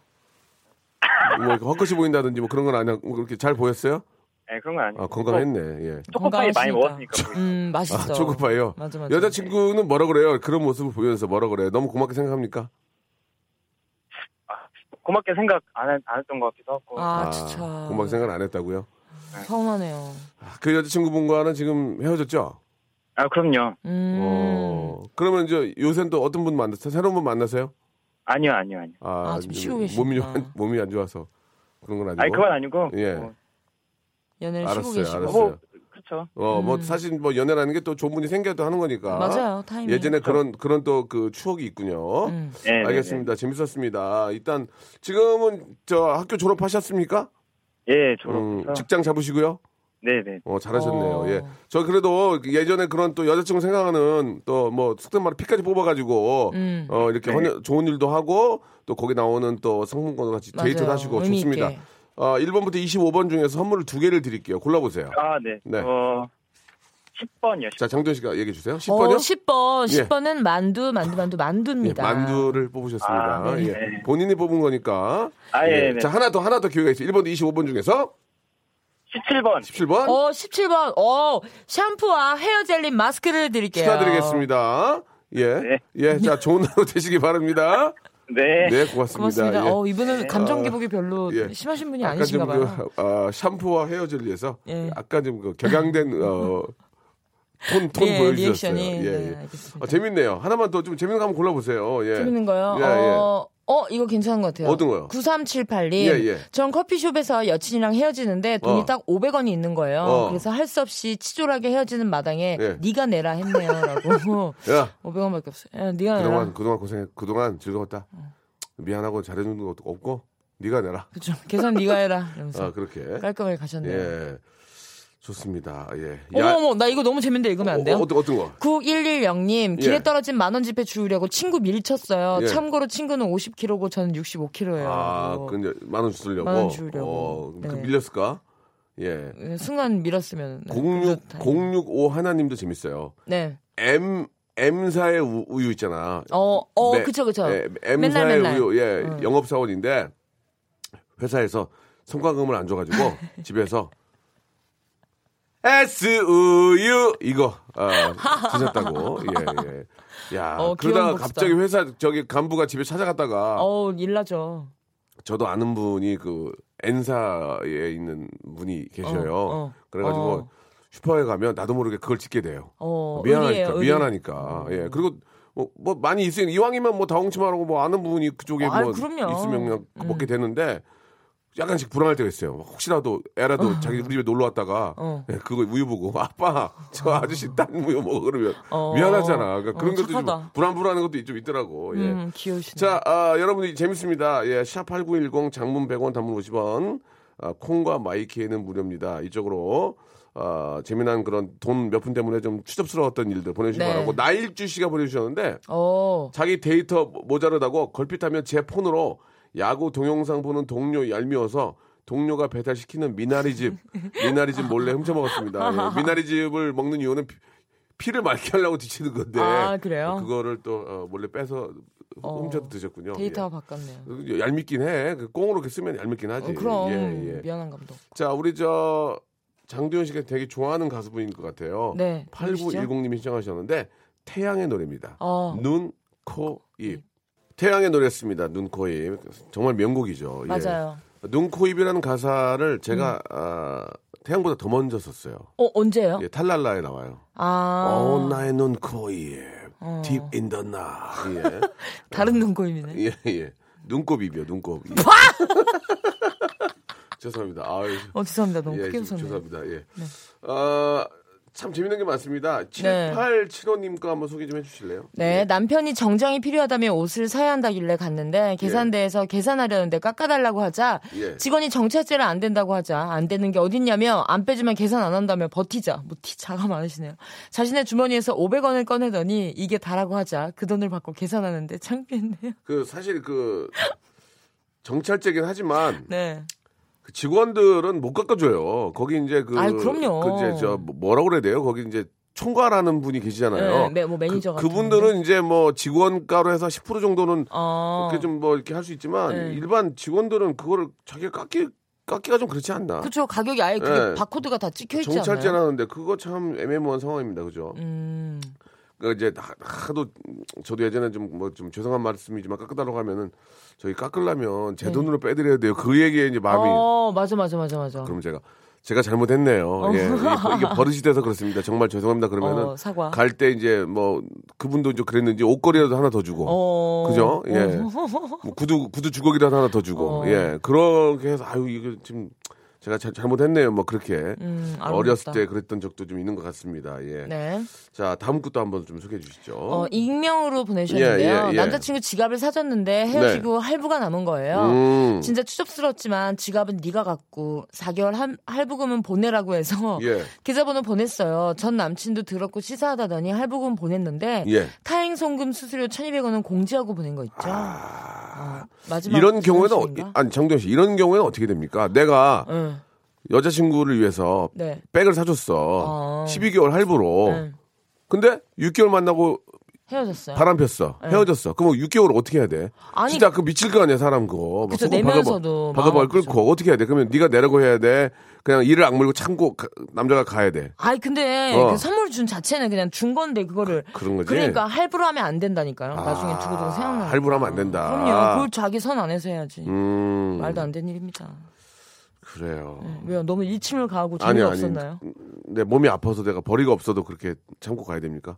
Speaker 3: 뭐 이렇게 헛것이 보인다든지 뭐 그런 건 아니야. 뭐 그렇게 잘 보였어요?
Speaker 8: 예 그런 건 아니고
Speaker 3: 아
Speaker 7: 어.
Speaker 3: 건강했네. 예.
Speaker 8: 초코파이
Speaker 7: 건강하시니까.
Speaker 8: 많이 먹었으니까 거의.
Speaker 7: 아, 음 맛있어.
Speaker 3: 아, 초코파이요.
Speaker 7: 맞아 맞아.
Speaker 3: 여자친구는 뭐라 그래요? 그런 모습을 보면서 뭐라 그래요? 너무 고맙게 생각합니까?
Speaker 8: 고맙게 생각 안, 했- 안 했던 것 같기도 하고
Speaker 7: 아 진짜.
Speaker 3: 고맙게 생각 안 했다고요?
Speaker 7: 서운하네요.
Speaker 3: 아, 그 여자친구분과는 지금 헤어졌죠?
Speaker 8: 아 그럼요
Speaker 7: 음.
Speaker 3: 어. 그러면 이제 요새는 또 어떤 분 만났어요? 새로운 분 만나세요?
Speaker 8: 아니요 아니요 아니요
Speaker 3: 아,
Speaker 7: 아, 지금
Speaker 3: 이제
Speaker 7: 쉬고
Speaker 3: 몸이
Speaker 7: 계시구나.
Speaker 3: 안, 몸이 안 좋아서 그런 건 아니고.
Speaker 8: 아니 그건 아니고
Speaker 3: 예.
Speaker 8: 뭐,
Speaker 7: 연애를 쉬고
Speaker 3: 알았어요,
Speaker 7: 계시고.
Speaker 3: 알았어요.
Speaker 8: 뭐 그쵸
Speaker 3: 어, 뭐 사실 뭐 연애라는 게 또 좋은 분이 생겨도 하는 거니까.
Speaker 7: 음. 맞아요 타이밍. 그렇죠.
Speaker 3: 예전에 그런 그런 또 그 추억이 있군요.
Speaker 7: 음.
Speaker 8: 예, 네, 네,
Speaker 3: 알겠습니다. 재밌었습니다. 일단 지금은 저 학교 졸업하셨습니까?
Speaker 8: 네. 예
Speaker 3: 음,
Speaker 8: 졸업
Speaker 3: 직장 잡으시고요.
Speaker 8: 네네
Speaker 3: 어, 잘하셨네요.
Speaker 7: 어.
Speaker 3: 예. 저 그래도 예전에 그런 또 여자친구 생각하는 또 뭐 숙된 말로 피까지 뽑아가지고
Speaker 7: 음.
Speaker 3: 어, 이렇게
Speaker 8: 네.
Speaker 3: 헌- 좋은 일도 하고 또 거기 나오는 또 성분권도 같이
Speaker 7: 맞아요.
Speaker 3: 데이트도 하시고
Speaker 7: 의미
Speaker 3: 좋습니다.
Speaker 7: 있게.
Speaker 3: 어, 1번부터 25번 중에서 선물을 두 개를 드릴게요. 골라보세요.
Speaker 8: 아네
Speaker 3: 네.
Speaker 8: 어 10번이요
Speaker 3: 자, 장도현 씨가 얘기해 주세요.
Speaker 7: 어,
Speaker 3: 10번이요?
Speaker 7: 10번.
Speaker 3: 예.
Speaker 7: 10번은 만두, 만두, 만두,
Speaker 3: 예,
Speaker 7: 만두입니다.
Speaker 3: 만두를 뽑으셨습니다.
Speaker 8: 아, 네.
Speaker 3: 예. 본인이 뽑은 거니까.
Speaker 8: 아, 예, 네.
Speaker 3: 자, 하나 더, 하나 더 기회가 있어요. 1번부터 25번 중에서
Speaker 8: 17번
Speaker 3: 17번
Speaker 7: 어, 17번. 어, 샴푸와 헤어 젤리 마스크를 드릴게요.
Speaker 3: 축하드리겠습니다. 예.
Speaker 8: 네.
Speaker 3: 예, 자, 좋은 하루 되시기 바랍니다.
Speaker 8: 네
Speaker 3: 네, 고맙습니다.
Speaker 7: 고맙습니다.
Speaker 3: 예.
Speaker 7: 어, 이분은 감정 기복이 별로
Speaker 3: 예.
Speaker 7: 심하신 분이
Speaker 3: 아까
Speaker 7: 아니신가
Speaker 3: 좀
Speaker 7: 봐요.
Speaker 3: 그, 아, 샴푸와 헤어 젤리에서
Speaker 7: 예.
Speaker 3: 아까 좀 그 격양된 어, 톤, 톤
Speaker 7: 예,
Speaker 3: 보여주셨어요.
Speaker 7: 리액션이.
Speaker 3: 예,
Speaker 7: 네,
Speaker 3: 예.
Speaker 7: 알겠습니다.
Speaker 3: 아, 재밌네요. 하나만 더 좀 재밌는 거 한번 골라보세요. 예.
Speaker 7: 재밌는 거요?
Speaker 3: 예,
Speaker 7: 어, 어, 이거 괜찮은 것 같아요.
Speaker 3: 어떤 거요?
Speaker 7: 9378님.
Speaker 3: 예, 예.
Speaker 7: 전 커피숍에서 여친이랑 헤어지는데 돈이
Speaker 3: 어.
Speaker 7: 딱 500원이 있는 거예요.
Speaker 3: 어.
Speaker 7: 그래서 할 수 없이 치졸하게 헤어지는 마당에
Speaker 3: 예.
Speaker 7: 네가 내라 했네요. 라고.
Speaker 3: 예. 야,
Speaker 7: 500원밖에 없어요. 야, 네가 내라.
Speaker 3: 그동안, 그동안 고생해. 그동안 즐거웠다.
Speaker 7: 어.
Speaker 3: 미안하고 잘해주는 것도 없고, 네가 내라.
Speaker 7: 그죠. 계산 네가 해라. 이러면서
Speaker 3: 아, 그렇게.
Speaker 7: 깔끔하게 가셨네요.
Speaker 3: 예. 좋습니다. 예.
Speaker 7: 어머 어머 나 이거 너무 재밌는데 읽으면 안 돼요?
Speaker 3: 어, 떤 어떤 거?
Speaker 7: 9116님 길에
Speaker 3: 예.
Speaker 7: 떨어진 만원 지폐 주우려고 친구 밀쳤어요.
Speaker 3: 예.
Speaker 7: 참고로 친구는 50kg고 저는 65kg예요.
Speaker 3: 아, 근데 만원 주려고.
Speaker 7: 어. 만원 주려고.
Speaker 3: 어, 그
Speaker 7: 네.
Speaker 3: 밀렸을까? 예.
Speaker 7: 순간 밀었으면 네,
Speaker 3: 06,
Speaker 7: 그렇다.
Speaker 3: 065 하나님도 재밌어요.
Speaker 7: 네.
Speaker 3: M M사의 우- 우유 있잖아.
Speaker 7: 어, 어,
Speaker 3: 네,
Speaker 7: 그쵸, 그쵸.
Speaker 3: 예, M사의
Speaker 7: 맨날, 맨날. 어.
Speaker 3: 우유, 예,
Speaker 7: 응.
Speaker 3: 영업 사원인데 회사에서 성과금을 안 줘가지고 집에서 S 우유 이거 아, 드셨다고. 예, 예. 야,
Speaker 7: 어,
Speaker 3: 그러다가
Speaker 7: 귀여운 복수다.
Speaker 3: 갑자기 회사 저기 간부가 집에 찾아갔다가
Speaker 7: 어우, 일나죠.
Speaker 3: 저도 아는 분이 그 N사에 있는 분이 계셔요.
Speaker 7: 어, 어.
Speaker 3: 그래가지고
Speaker 7: 어.
Speaker 3: 슈퍼에 가면 나도 모르게 그걸 찍게 돼요.
Speaker 7: 어,
Speaker 3: 미안하니까
Speaker 7: 의리예요, 의리.
Speaker 3: 미안하니까 예 그리고 뭐, 뭐 많이 있으니 이왕이면 뭐 다홍치마라고 뭐 아는 부분이 그쪽에
Speaker 7: 아유,
Speaker 3: 뭐
Speaker 7: 그럼요. 음.
Speaker 3: 있으면 그냥 먹게 되는데 약간씩 불안할 때가 있어요 혹시라도 애라도 자기 우리 집에 놀러 왔다가
Speaker 7: 어.
Speaker 3: 예, 그거 우유 보고 아빠 저 아저씨 딴 우유 먹어 그러면
Speaker 7: 어.
Speaker 3: 미안하잖아 그러니까
Speaker 7: 어,
Speaker 3: 그런 것도 좀
Speaker 7: 착하다.
Speaker 3: 불안불안한 것도 좀 있더라고 예.
Speaker 7: 음, 귀여우시네.
Speaker 3: 자, 아, 여러분들 재밌습니다. 예, 샵8910 장문 100원 단문 50원. 아, 콩과 마이키에는 무료입니다. 이쪽으로 아, 재미난 그런 돈 몇 푼 때문에 좀 추접스러웠던 일들 보내주시기
Speaker 7: 네.
Speaker 3: 바라고 나일주 씨가 보내주셨는데
Speaker 7: 어.
Speaker 3: 자기 데이터 모자르다고 걸핏하면 제 폰으로 야구 동영상 보는 동료 얄미워서 동료가 배달시키는 미나리 집 미나리 집 몰래 훔쳐먹었습니다. 예, 미나리 집을 먹는 이유는 피- 피를 맑게 하려고 드시는 건데
Speaker 7: 아, 그래요?
Speaker 3: 뭐 그거를 또 어, 몰래 빼서
Speaker 7: 어,
Speaker 3: 훔쳐서 드셨군요.
Speaker 7: 데이터가 바뀌었네요.
Speaker 3: 예. 얄밉긴 해. 그 꽁으로 이렇게 쓰면 얄밉긴 하지.
Speaker 7: 어, 그럼
Speaker 3: 예, 예.
Speaker 7: 미안한 감도. 없고.
Speaker 3: 자, 우리 저 장도연 씨가 되게 좋아하는 가수분인 것 같아요.
Speaker 7: 네,
Speaker 3: 8910님이 신청하셨는데 태양의 노래입니다.
Speaker 7: 어.
Speaker 3: 눈, 코, 입. 태양의 노래였습니다. 눈, 코, 입. 정말 명곡이죠. 예.
Speaker 7: 맞아요. 음.
Speaker 3: 눈, 코, 입이라는 가사를 제가 아, 태양보다 더 먼저 썼어요.
Speaker 7: 어 언제요?
Speaker 3: 예, 탈랄라에 나와요.
Speaker 7: 아
Speaker 3: 어, 나의 눈, 코, 입.
Speaker 7: 어.
Speaker 3: Deep in the night.
Speaker 7: 다른 눈꼬임이네.
Speaker 3: 예, 예. 예. 눈곱입이요, 눈곱. 예. 죄송합니다. 아유,
Speaker 7: 어 죄송합니다. 너무
Speaker 3: 예,
Speaker 7: 크게
Speaker 3: 좀
Speaker 7: 웃었네요.
Speaker 3: 죄송합니다. 예. 아, 참 재밌는 게 많습니다. 7875님과 한번 소개 좀 해주실래요?
Speaker 7: 네, 남편이 정장이 필요하다며 옷을 사야 한다길래 갔는데 계산대에서 계산하려는데 깎아달라고 하자
Speaker 3: 예.
Speaker 7: 직원이 정찰제를 안 된다고 하자 안 되는 게 어딨냐며 안 빼주면 계산 안 한다며 버티자 뭐 티 자가 많으시네요. 자신의 주머니에서 500원을 꺼내더니 이게 다라고 하자 그 돈을 받고 계산하는데 창피했네요.
Speaker 3: 그 사실 그 정찰제긴 하지만
Speaker 7: 네,
Speaker 3: 그 직원들은 못 깎아줘요. 거기 이제 그,
Speaker 7: 아이, 그럼요.
Speaker 3: 그 이제 저 뭐라고 그래야 돼요? 거기 이제 총괄하는 분이 계시잖아요.
Speaker 7: 네, 네, 뭐 매니저
Speaker 3: 그,
Speaker 7: 같은
Speaker 3: 그분들은 이제 뭐 직원가로 해서 10% 정도는
Speaker 7: 어,
Speaker 3: 이렇게 좀 뭐 이렇게 할 수 있지만
Speaker 7: 네.
Speaker 3: 일반 직원들은 그거를 자기가 깎기 깎기가 좀 그렇지 않나?
Speaker 7: 그쵸 가격이 아예 그게
Speaker 3: 네.
Speaker 7: 바코드가 다 찍혀 있잖아요.
Speaker 3: 정찰제 나는데 그거 참 애매모호한 상황입니다. 그죠?
Speaker 7: 음,
Speaker 3: 그러니까 이제 하- 하도 저도 예전에 좀 뭐 좀 죄송한 말씀이지만 깎으달라고 하면은 저희 깎으려면 제 돈으로 빼드려야 돼요. 그 얘기에 이제 마음이
Speaker 7: 네. 어 맞아 맞아 맞아 맞아.
Speaker 3: 그럼 제가 제가 잘못했네요. 예, 이게 이게 버릇이 돼서 그렇습니다. 정말 죄송합니다. 그러면은
Speaker 7: 어, 사과.
Speaker 3: 갈 때 이제 뭐 그분도 이제 그랬는지 옷걸이라도 하나 더 주고
Speaker 7: 어,
Speaker 3: 그죠? 예. 뭐 구두 구두 주걱이라도 하나 더 주고
Speaker 7: 어.
Speaker 3: 예 그렇게 해서 아유 이거 지금 제가 잘, 잘못했네요. 뭐 그렇게
Speaker 7: 음, 아름답다.
Speaker 3: 어렸을 때 그랬던 적도 좀 있는 것 같습니다. 예.
Speaker 7: 네.
Speaker 3: 자 다음 것도 한번 좀 소개해 주시죠.
Speaker 7: 어, 익명으로 보내주셨는데요.
Speaker 3: 예, 예, 예.
Speaker 7: 남자친구 지갑을 사줬는데 헤어지고 할부가 남은 거예요.
Speaker 3: 음.
Speaker 7: 진짜 추접스럽지만 지갑은 네가 갖고 4개월 할, 할부금은 보내라고 해서
Speaker 3: 예.
Speaker 7: 계좌번호 보냈어요. 전 남친도 더럽고 시사하다더니 할부금 보냈는데
Speaker 3: 예.
Speaker 7: 타행 송금 수수료 1,200원은 공지하고 보낸 거 있죠. 어, 마지막
Speaker 3: 아. 이런 경우에는 어,
Speaker 7: 수수료인가?
Speaker 3: 아니 장도현 씨 이런 경우에는 어떻게 됩니까? 내가
Speaker 7: 응.
Speaker 3: 여자친구를 위해서
Speaker 7: 네.
Speaker 3: 백을 사줬어.
Speaker 7: 어. 네.
Speaker 3: 12개월 할부로.
Speaker 7: 응.
Speaker 3: 근데 6개월 만나고
Speaker 7: 헤어졌어요. 예.
Speaker 3: 바람 폈어. 헤어졌어. 그럼 뭐 6개월 어떻게 해야 돼?
Speaker 7: 아니-
Speaker 3: 진짜 그 미칠 거 아니야 사람 그거. 막
Speaker 7: 그쵸,
Speaker 3: 속은
Speaker 7: 내면서도
Speaker 3: 바가바- 바가바를
Speaker 7: 마음 아프죠.
Speaker 3: 끓고 어떻게 해야 돼? 그러면 네가 내라고 해야 돼. 그냥 이를 악물고 참고 가- 남자가 가야 돼.
Speaker 7: 아이 근데
Speaker 3: 어.
Speaker 7: 그 선물 준 자체는 그냥 준 건데 그거를
Speaker 3: 그- 그런 거지?
Speaker 7: 러니까 할부로 하면 안 된다니까요. 나중에
Speaker 3: 아,
Speaker 7: 두고두고 생각나.
Speaker 3: 할부로 하면 안 된다.
Speaker 7: 그럼요. 그걸 자기 선 안에서 해야지.
Speaker 3: 아. 음.
Speaker 7: 말도 안 되는 일입니다.
Speaker 3: 그래요.
Speaker 7: 왜요? 너무 일침을 가하고
Speaker 3: 아니
Speaker 7: 재미가
Speaker 3: 아니.
Speaker 7: 없었나요?
Speaker 3: 내 몸이 아파서 내가 버리가 없어도 그렇게 참고 가야 됩니까?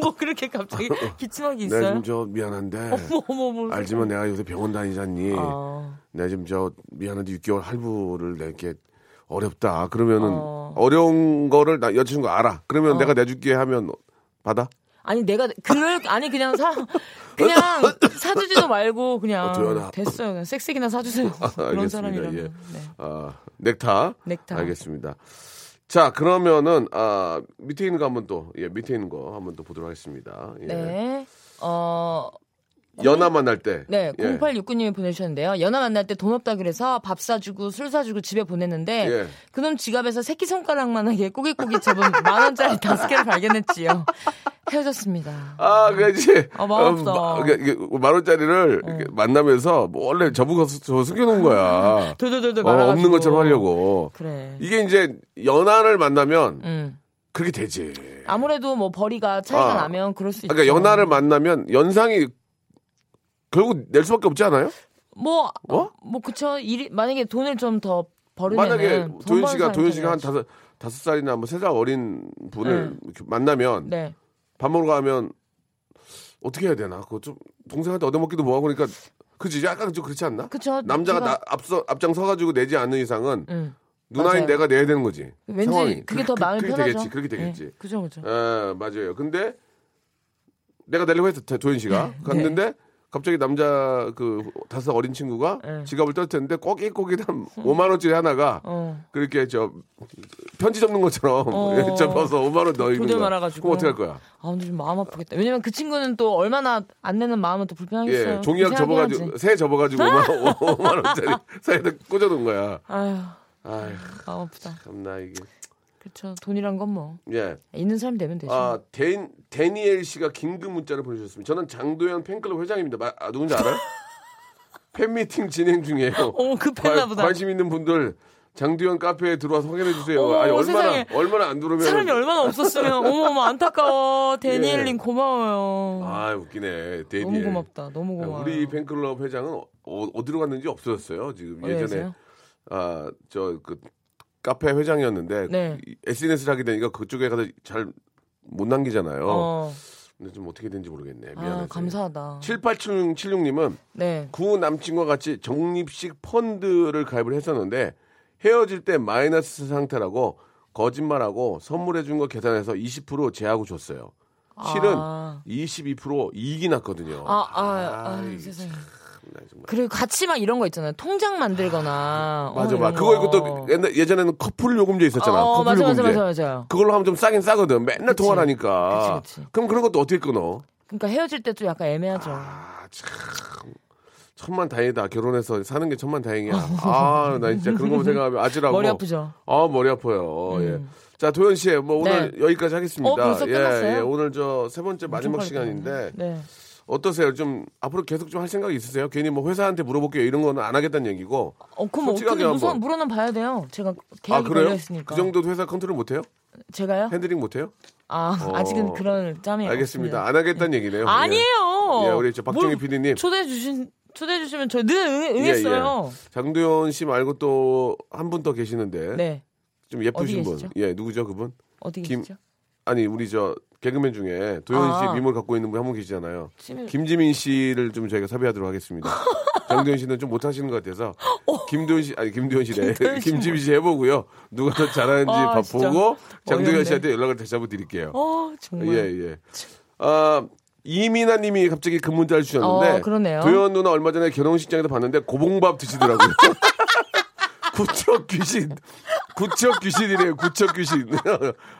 Speaker 7: 뭐 그렇게 갑자기 기침하기
Speaker 3: 내가 지금
Speaker 7: 있어요?
Speaker 3: 네, 저 미안한데.
Speaker 7: 어머 어머 어머.
Speaker 3: 알지만 내가 요새 병원 다니잖니.
Speaker 7: 아,
Speaker 3: 내가 네, 지금 저 미안한데 6개월 할부를 낼게 어렵다. 그러면은
Speaker 7: 어.
Speaker 3: 어... 려운 거를 나 여자친구 알아. 그러면 내가 내줄게 하면 받아?
Speaker 7: 아니 내가 그걸 아니 그냥 사 그냥 사주지도 말고 그냥
Speaker 3: 어, 도연아.
Speaker 7: 됐어요. 그냥 섹스기나 사주세요. 그런
Speaker 3: 알겠습니다.
Speaker 7: 사람이라면.
Speaker 3: 예.
Speaker 7: 네.
Speaker 3: 아, 넥타.
Speaker 7: 넥타.
Speaker 3: 알겠습니다. 자, 그러면은 아, 밑에 있는 거 한번 또 예, 밑에 있는 거 한번 또 보도록 하겠습니다. 예.
Speaker 7: 네. 어,
Speaker 3: 연하 만날 때.
Speaker 7: 네,
Speaker 3: 예.
Speaker 7: 0869님이 보내주셨는데요. 연하 만날 때 돈 없다 그래서 밥 사주고 술 사주고 집에 보냈는데
Speaker 3: 예.
Speaker 7: 그놈 지갑에서 새끼손가락만하게 꼬깃꼬깃 접은 만 원짜리 다섯 개를 발견했지요. 헤어졌습니다.
Speaker 3: 아, 그지. 그러니까
Speaker 7: 어, 마음없어. 어.
Speaker 3: 만 원짜리를 이렇게 만나면서 뭐 원래 저보고 숨겨놓은
Speaker 7: 아.
Speaker 3: 거야.
Speaker 7: 돌돌돌돌
Speaker 3: 어,
Speaker 7: 말아가지고.
Speaker 3: 없는 것처럼 하려고.
Speaker 7: 그래.
Speaker 3: 이게 이제 연하를 만나면
Speaker 7: 음.
Speaker 3: 그렇게 되지.
Speaker 7: 아무래도 뭐 벌이가 차이가
Speaker 3: 아.
Speaker 7: 나면 그럴 수 있죠.
Speaker 3: 그러니까 연하를 만나면 연상이 결국 낼 수밖에 없지 않아요?
Speaker 7: 뭐,
Speaker 3: 뭐?
Speaker 7: 뭐 그쵸. 일, 만약에 돈을 좀 더 벌으면
Speaker 3: 만약에 도현 씨가 도현 씨가 한 다섯 다섯 살이나 뭐 세 살 어린 분을 이렇게 만나면
Speaker 7: 네.
Speaker 3: 밥 먹으러 가면 어떻게 해야 되나? 그거 좀 동생한테 얻어먹기도 뭐하고 그러니까 그지 약간 좀 그렇지 않나?
Speaker 7: 그쵸.
Speaker 3: 남자가
Speaker 7: 제가-
Speaker 3: 나- 앞서 앞장 서가지고 내지 않는 이상은
Speaker 7: 음.
Speaker 3: 누나인
Speaker 7: 맞아요.
Speaker 3: 내가 내야 되는 거지.
Speaker 7: 왠지
Speaker 3: 상황이.
Speaker 7: 그게 더
Speaker 3: 그-
Speaker 7: 마음이
Speaker 3: 그렇게
Speaker 7: 편하죠.
Speaker 3: 되겠지. 그렇게 되겠지.
Speaker 7: 예, 그죠, 그죠. 네.
Speaker 3: 예, 맞아요. 근데 내가 내려고 했어 도현 씨가 갔는데 갑자기 남자 그 다섯 어린 친구가
Speaker 7: 네.
Speaker 3: 지갑을 떴는데 꼬깃꼬깃한 5만 원짜리 하나가
Speaker 7: 어.
Speaker 3: 그렇게 저 편지 적는 것처럼
Speaker 7: 어.
Speaker 3: 예, 접어서 5만 원 넣어 있는
Speaker 7: 돌돌
Speaker 3: 거야.
Speaker 7: 말아가지고.
Speaker 3: 그럼 어떻게 할 거야?
Speaker 7: 아 근데 좀 마음 아프겠다. 왜냐면 그 친구는 또 얼마나 안 내는 마음은 또 불편하겠어요.
Speaker 3: 예, 종이학
Speaker 7: 그렇게 생각해야지.
Speaker 3: 접어가지고 새 접어가지고 5만, 5만 원짜리 사이에다 꽂아놓은 거야.
Speaker 7: 아휴
Speaker 3: 아휴
Speaker 7: 마음 아프다.
Speaker 3: 참나 이게.
Speaker 7: 그렇죠. 돈이란 건 뭐
Speaker 3: 예.
Speaker 7: 있는 사람 되면 되죠.
Speaker 3: 아, 데인, 데니엘 씨가 긴급 문자를 보내주셨습니다. 저는 장도연 팬클럽 회장입니다. 마- 아, 누군지 알아요? 팬미팅 진행 중이에요.
Speaker 7: 어머, 급했나 보다.
Speaker 3: 관심 있는 분들 장도연 카페에 들어와서 확인해 주세요.
Speaker 7: 어머,
Speaker 3: 아니, 얼마나
Speaker 7: 세상에.
Speaker 3: 얼마나 안 들어오면
Speaker 7: 사람이 얼마나 없었으면 어머머 안타까워. 데니엘님
Speaker 3: 예.
Speaker 7: 고마워요.
Speaker 3: 아, 웃기네. 데니엘. 아,
Speaker 7: 너무 고맙다. 너무 고마워.
Speaker 3: 우리 팬클럽 회장은 어, 어디로 갔는지 없어졌어요. 지금
Speaker 7: 어디
Speaker 3: 예전에
Speaker 7: 계세요?
Speaker 3: 아, 저 그 카페 회장이었는데
Speaker 7: 네.
Speaker 3: SNS를 하게 되니까 그쪽에 가서 잘 못 남기잖아요.
Speaker 7: 어.
Speaker 3: 근데 좀 어떻게 된지 모르겠네. 미안해서.
Speaker 7: 아 감사하다.
Speaker 3: 7876님은
Speaker 7: 네.
Speaker 3: 구 남친과 같이 적립식 펀드를 가입을 했었는데 헤어질 때 마이너스 상태라고 거짓말하고 선물해 준 거 계산해서 20% 제하고 줬어요. 실은
Speaker 7: 아.
Speaker 3: 22% 이익이 났거든요.
Speaker 7: 아, 아, 아,
Speaker 3: 아이,
Speaker 7: 세상에.
Speaker 3: 참나, 정말.
Speaker 7: 그리고 같이 막 이런 거 있잖아요. 통장 만들거나.
Speaker 3: 맞아,
Speaker 7: 어,
Speaker 3: 맞아.
Speaker 7: 이런
Speaker 3: 그거 있고
Speaker 7: 거.
Speaker 3: 또 옛날, 예전에는 커플 요금제 있었잖아.
Speaker 7: 어,
Speaker 3: 커플
Speaker 7: 맞아, 맞아,
Speaker 3: 요금제.
Speaker 7: 맞아, 맞아.
Speaker 3: 그걸로 하면 좀 싸긴 싸거든. 맨날
Speaker 7: 그치.
Speaker 3: 통화를 하니까.
Speaker 7: 그치, 그치.
Speaker 3: 럼 그런 것도 어떻게 끊어?
Speaker 7: 그러니까 헤어질 때 좀 약간 애매하죠.
Speaker 3: 아, 참. 천만 다행이다. 결혼해서 사는 게 천만 다행이야. 아, 나 진짜 그런 거 생각하면 아찔하고.
Speaker 7: 머리 아프죠. 음.
Speaker 3: 아, 머리 아파요. 예. 자, 도현 씨, 뭐 오늘 여기까지 하겠습니다.
Speaker 7: 어, 벌써
Speaker 3: 예,
Speaker 7: 끝났어요?
Speaker 3: 예. 오늘 저 세 번째 마지막
Speaker 7: 빨리
Speaker 3: 시간인데
Speaker 7: 네.
Speaker 3: 어떠세요? 좀 앞으로 계속 좀 할 생각이 있으세요? 괜히 뭐 회사한테 물어볼게요. 이런 거는 안 하겠다는 얘기고.
Speaker 7: 어, 그럼
Speaker 3: 솔직하게
Speaker 7: 어떻게
Speaker 3: 한번.
Speaker 7: 우선 물어는 봐야 돼요. 제가
Speaker 3: 아,
Speaker 7: 계약이
Speaker 3: 그래요?
Speaker 7: 걸려있으니까.
Speaker 3: 그 정도 회사 컨트롤 못 해요?
Speaker 7: 제가요?
Speaker 3: 핸드링 못 해요?
Speaker 7: 아,
Speaker 3: 어.
Speaker 7: 아직은 그런 짬이
Speaker 3: 알겠습니다.
Speaker 7: 없습니다.
Speaker 3: 안 하겠다는 얘기네요.
Speaker 7: 아니에요.
Speaker 3: 예, 우리 저 박정희
Speaker 7: 뭘
Speaker 3: PD님.
Speaker 7: 초대해 주신 초대해 주시면 저 늘 응, 응했어요.
Speaker 3: 예, 장도연 씨 말고 또 한 분 더 계시는데
Speaker 7: 네.
Speaker 3: 좀 예쁘신
Speaker 7: 어디
Speaker 3: 분.
Speaker 7: 계시죠?
Speaker 3: 예, 누구죠 그분?
Speaker 7: 어디
Speaker 3: 예. 김-
Speaker 7: 계시죠?
Speaker 3: 아니 우리 저 개그맨 중에 도현 씨
Speaker 7: 아.
Speaker 3: 미모를 갖고 있는 분 한 분 계시잖아요.
Speaker 7: 지금-
Speaker 3: 김지민 씨를 좀 저희가 섭외하도록 하겠습니다. 장도현 씨는 좀 못하시는 것 같아서 김도현 씨 아니 김도현 씨래
Speaker 7: 어. 김도현 씨
Speaker 3: 김지민 씨 해보고요. 누가 더 잘하는지
Speaker 7: 아,
Speaker 3: 봐
Speaker 7: 진짜.
Speaker 3: 보고 장도현
Speaker 7: 어이없네.
Speaker 3: 씨한테 연락을 다시 한번 드릴게요.
Speaker 7: 어, 정말.
Speaker 3: 예, 예. 아, 이민아 님이 갑자기 그 문자를 주셨는데.
Speaker 7: 어, 그러네요.
Speaker 3: 도현 누나 얼마 전에 결혼식장에서 봤는데 고봉밥 드시더라고요. 구척 귀신. 구척 귀신이래요, 구척 귀신.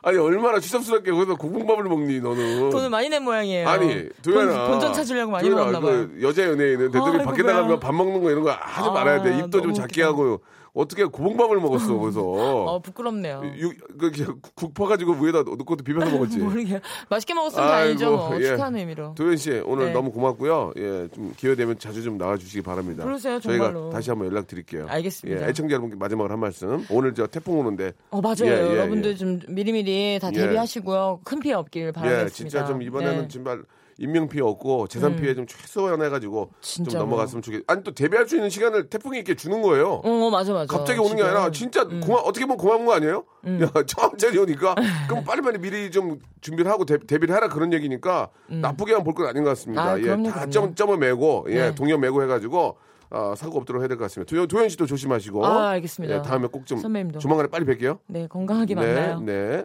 Speaker 3: 아니, 얼마나 추잡스럽게 거기서 고봉밥을 먹니, 너는.
Speaker 7: 돈을 많이 낸 모양이에요.
Speaker 3: 아니,
Speaker 7: 돈-
Speaker 3: 도현아.
Speaker 7: 본전 찾으려고 많이
Speaker 3: 도현아,
Speaker 7: 먹었나 봐요.
Speaker 3: 그 여자 연예인은 대들이
Speaker 7: 아이고,
Speaker 3: 밖에
Speaker 7: 뭐야.
Speaker 3: 나가면 밥 먹는 거 이런 거 하지
Speaker 7: 아,
Speaker 3: 말아야 돼. 입도 좀
Speaker 7: 너무
Speaker 3: 작게
Speaker 7: 웃기다.
Speaker 3: 하고. 어떻게 고봉밥을 먹었어, 거기서.
Speaker 7: 어, 부끄럽네요.
Speaker 3: 육, 그, 국 퍼가지고 위에다 넣고 또 비벼서 먹었지.
Speaker 7: 모르게 맛있게 먹었으면 다행이죠. 뭐.
Speaker 3: 예.
Speaker 7: 축하하는 의미로.
Speaker 3: 도현 씨 오늘
Speaker 7: 네.
Speaker 3: 너무 고맙고요. 예, 좀 기회 되면 자주 좀 나와 주시기 바랍니다.
Speaker 7: 그러세요,
Speaker 3: 저희가
Speaker 7: 정말로.
Speaker 3: 다시 한번 연락 드릴게요.
Speaker 7: 알겠습니다.
Speaker 3: 예, 애청자 여러분께 마지막으로 한 말씀. 오늘 저 태풍 오는데
Speaker 7: 어 맞아요.
Speaker 3: 예, 예,
Speaker 7: 여러분들
Speaker 3: 예.
Speaker 7: 좀 미리미리 다
Speaker 3: 예.
Speaker 7: 대비하시고요. 큰 피해 없길 바라겠습니다.
Speaker 3: 예, 진짜 좀 이번에는
Speaker 7: 네. 음.
Speaker 3: 정말 인명 피해 없고 재산 피해 좀 최소화해 가지고 좀
Speaker 7: 진짜로.
Speaker 3: 넘어갔으면 좋겠. 아니 또 대비할 수 있는 시간을 태풍이 이렇게 주는 거예요.
Speaker 7: 어 맞아 맞아.
Speaker 3: 갑자기 오는 게
Speaker 7: 지금. 음.
Speaker 3: 아니라 진짜 고마 어떻게 보면 고마운 거 아니에요? 야, 천천히 오니까 그럼 빨리빨리 미리 좀 준비를 하고 대, 대비를 해라 그런 얘기니까 나쁘게만 볼 건 아닌 것 같습니다.
Speaker 7: 음. 아,
Speaker 3: 예,
Speaker 7: 그럼요,
Speaker 3: 다
Speaker 7: 그럼요.
Speaker 3: 점, 점을 메고 예,
Speaker 7: 네.
Speaker 3: 동요 메고 해가지고 아, 사고 없도록 해야 될 것 같습니다. 도현, 도현 씨도 조심하시고
Speaker 7: 아, 알겠습니다.
Speaker 3: 예, 다음에 꼭 좀
Speaker 7: 선배님도.
Speaker 3: 조만간에 빨리 뵐게요.
Speaker 7: 네 건강하게 만나요.
Speaker 3: 네.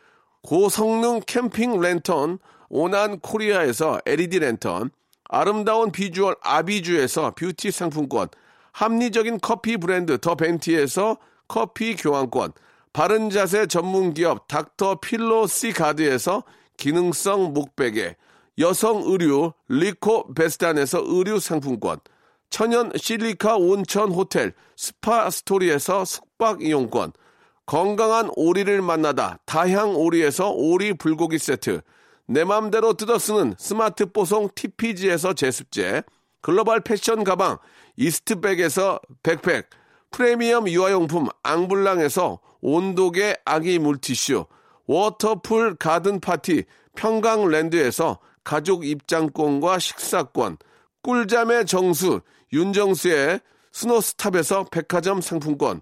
Speaker 3: 고성능 캠핑 랜턴 오난 코리아에서 LED 랜턴, 아름다운 비주얼 아비주에서 뷰티 상품권, 합리적인 커피 브랜드 더 벤티에서 커피 교환권, 바른 자세 전문 기업 닥터 필로 시 가드에서 기능성 목베개, 여성 의류 리코 베스탄에서 의류 상품권, 천연 실리카 온천 호텔 스파 스토리에서 숙박 이용권, 건강한 오리를 만나다 다향 오리에서 오리 불고기 세트 내 맘대로 뜯어 쓰는 스마트 뽀송 TPG에서 제습제 글로벌 패션 가방 이스트백에서 백팩 프리미엄 유아용품 앙블랑에서 온도계 아기 물티슈 워터풀 가든 파티 평강랜드에서 가족 입장권과 식사권 꿀잠의 정수 윤정수의 스노스탑에서 백화점 상품권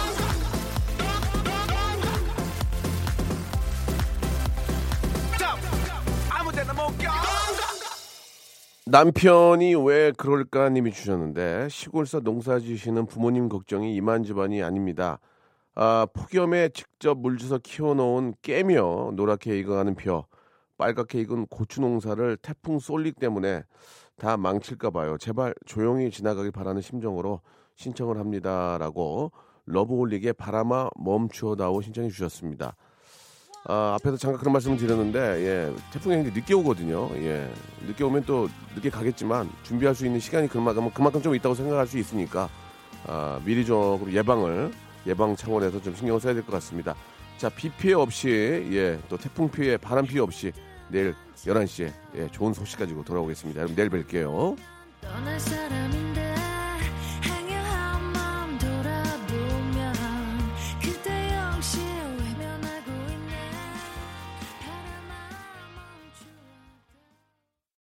Speaker 3: 남편이 왜 그럴까 님이 주셨는데 시골서 농사 지시는 부모님 걱정이 이만저만이 아닙니다. 아, 폭염에 직접 물 주서 키워놓은 깨며 노랗게 익어가는 벼, 빨갛게 익은 고추 농사를 태풍 쏠릭 때문에 다 망칠까 봐요. 제발 조용히 지나가길 바라는 심정으로 신청을 합니다라고 러브홀릭의 바람아 멈추어다오 신청해 주셨습니다. 아, 앞에서 잠깐 그런 말씀을 드렸는데 예, 태풍이 굉장히 늦게 오거든요. 예, 늦게 오면 또 늦게 가겠지만 준비할 수 있는 시간이 그만큼 그만큼 좀 있다고 생각할 수 있으니까 아, 미리 조금 예방을 예방 차원에서 좀 신경을 써야 될 것 같습니다. 자, 비 피해 없이 예, 또 태풍 피해, 바람 피해 없이 내일 11시에 예, 좋은 소식 가지고 돌아오겠습니다. 여러분 내일 뵐게요.
Speaker 4: 떠날 사람인데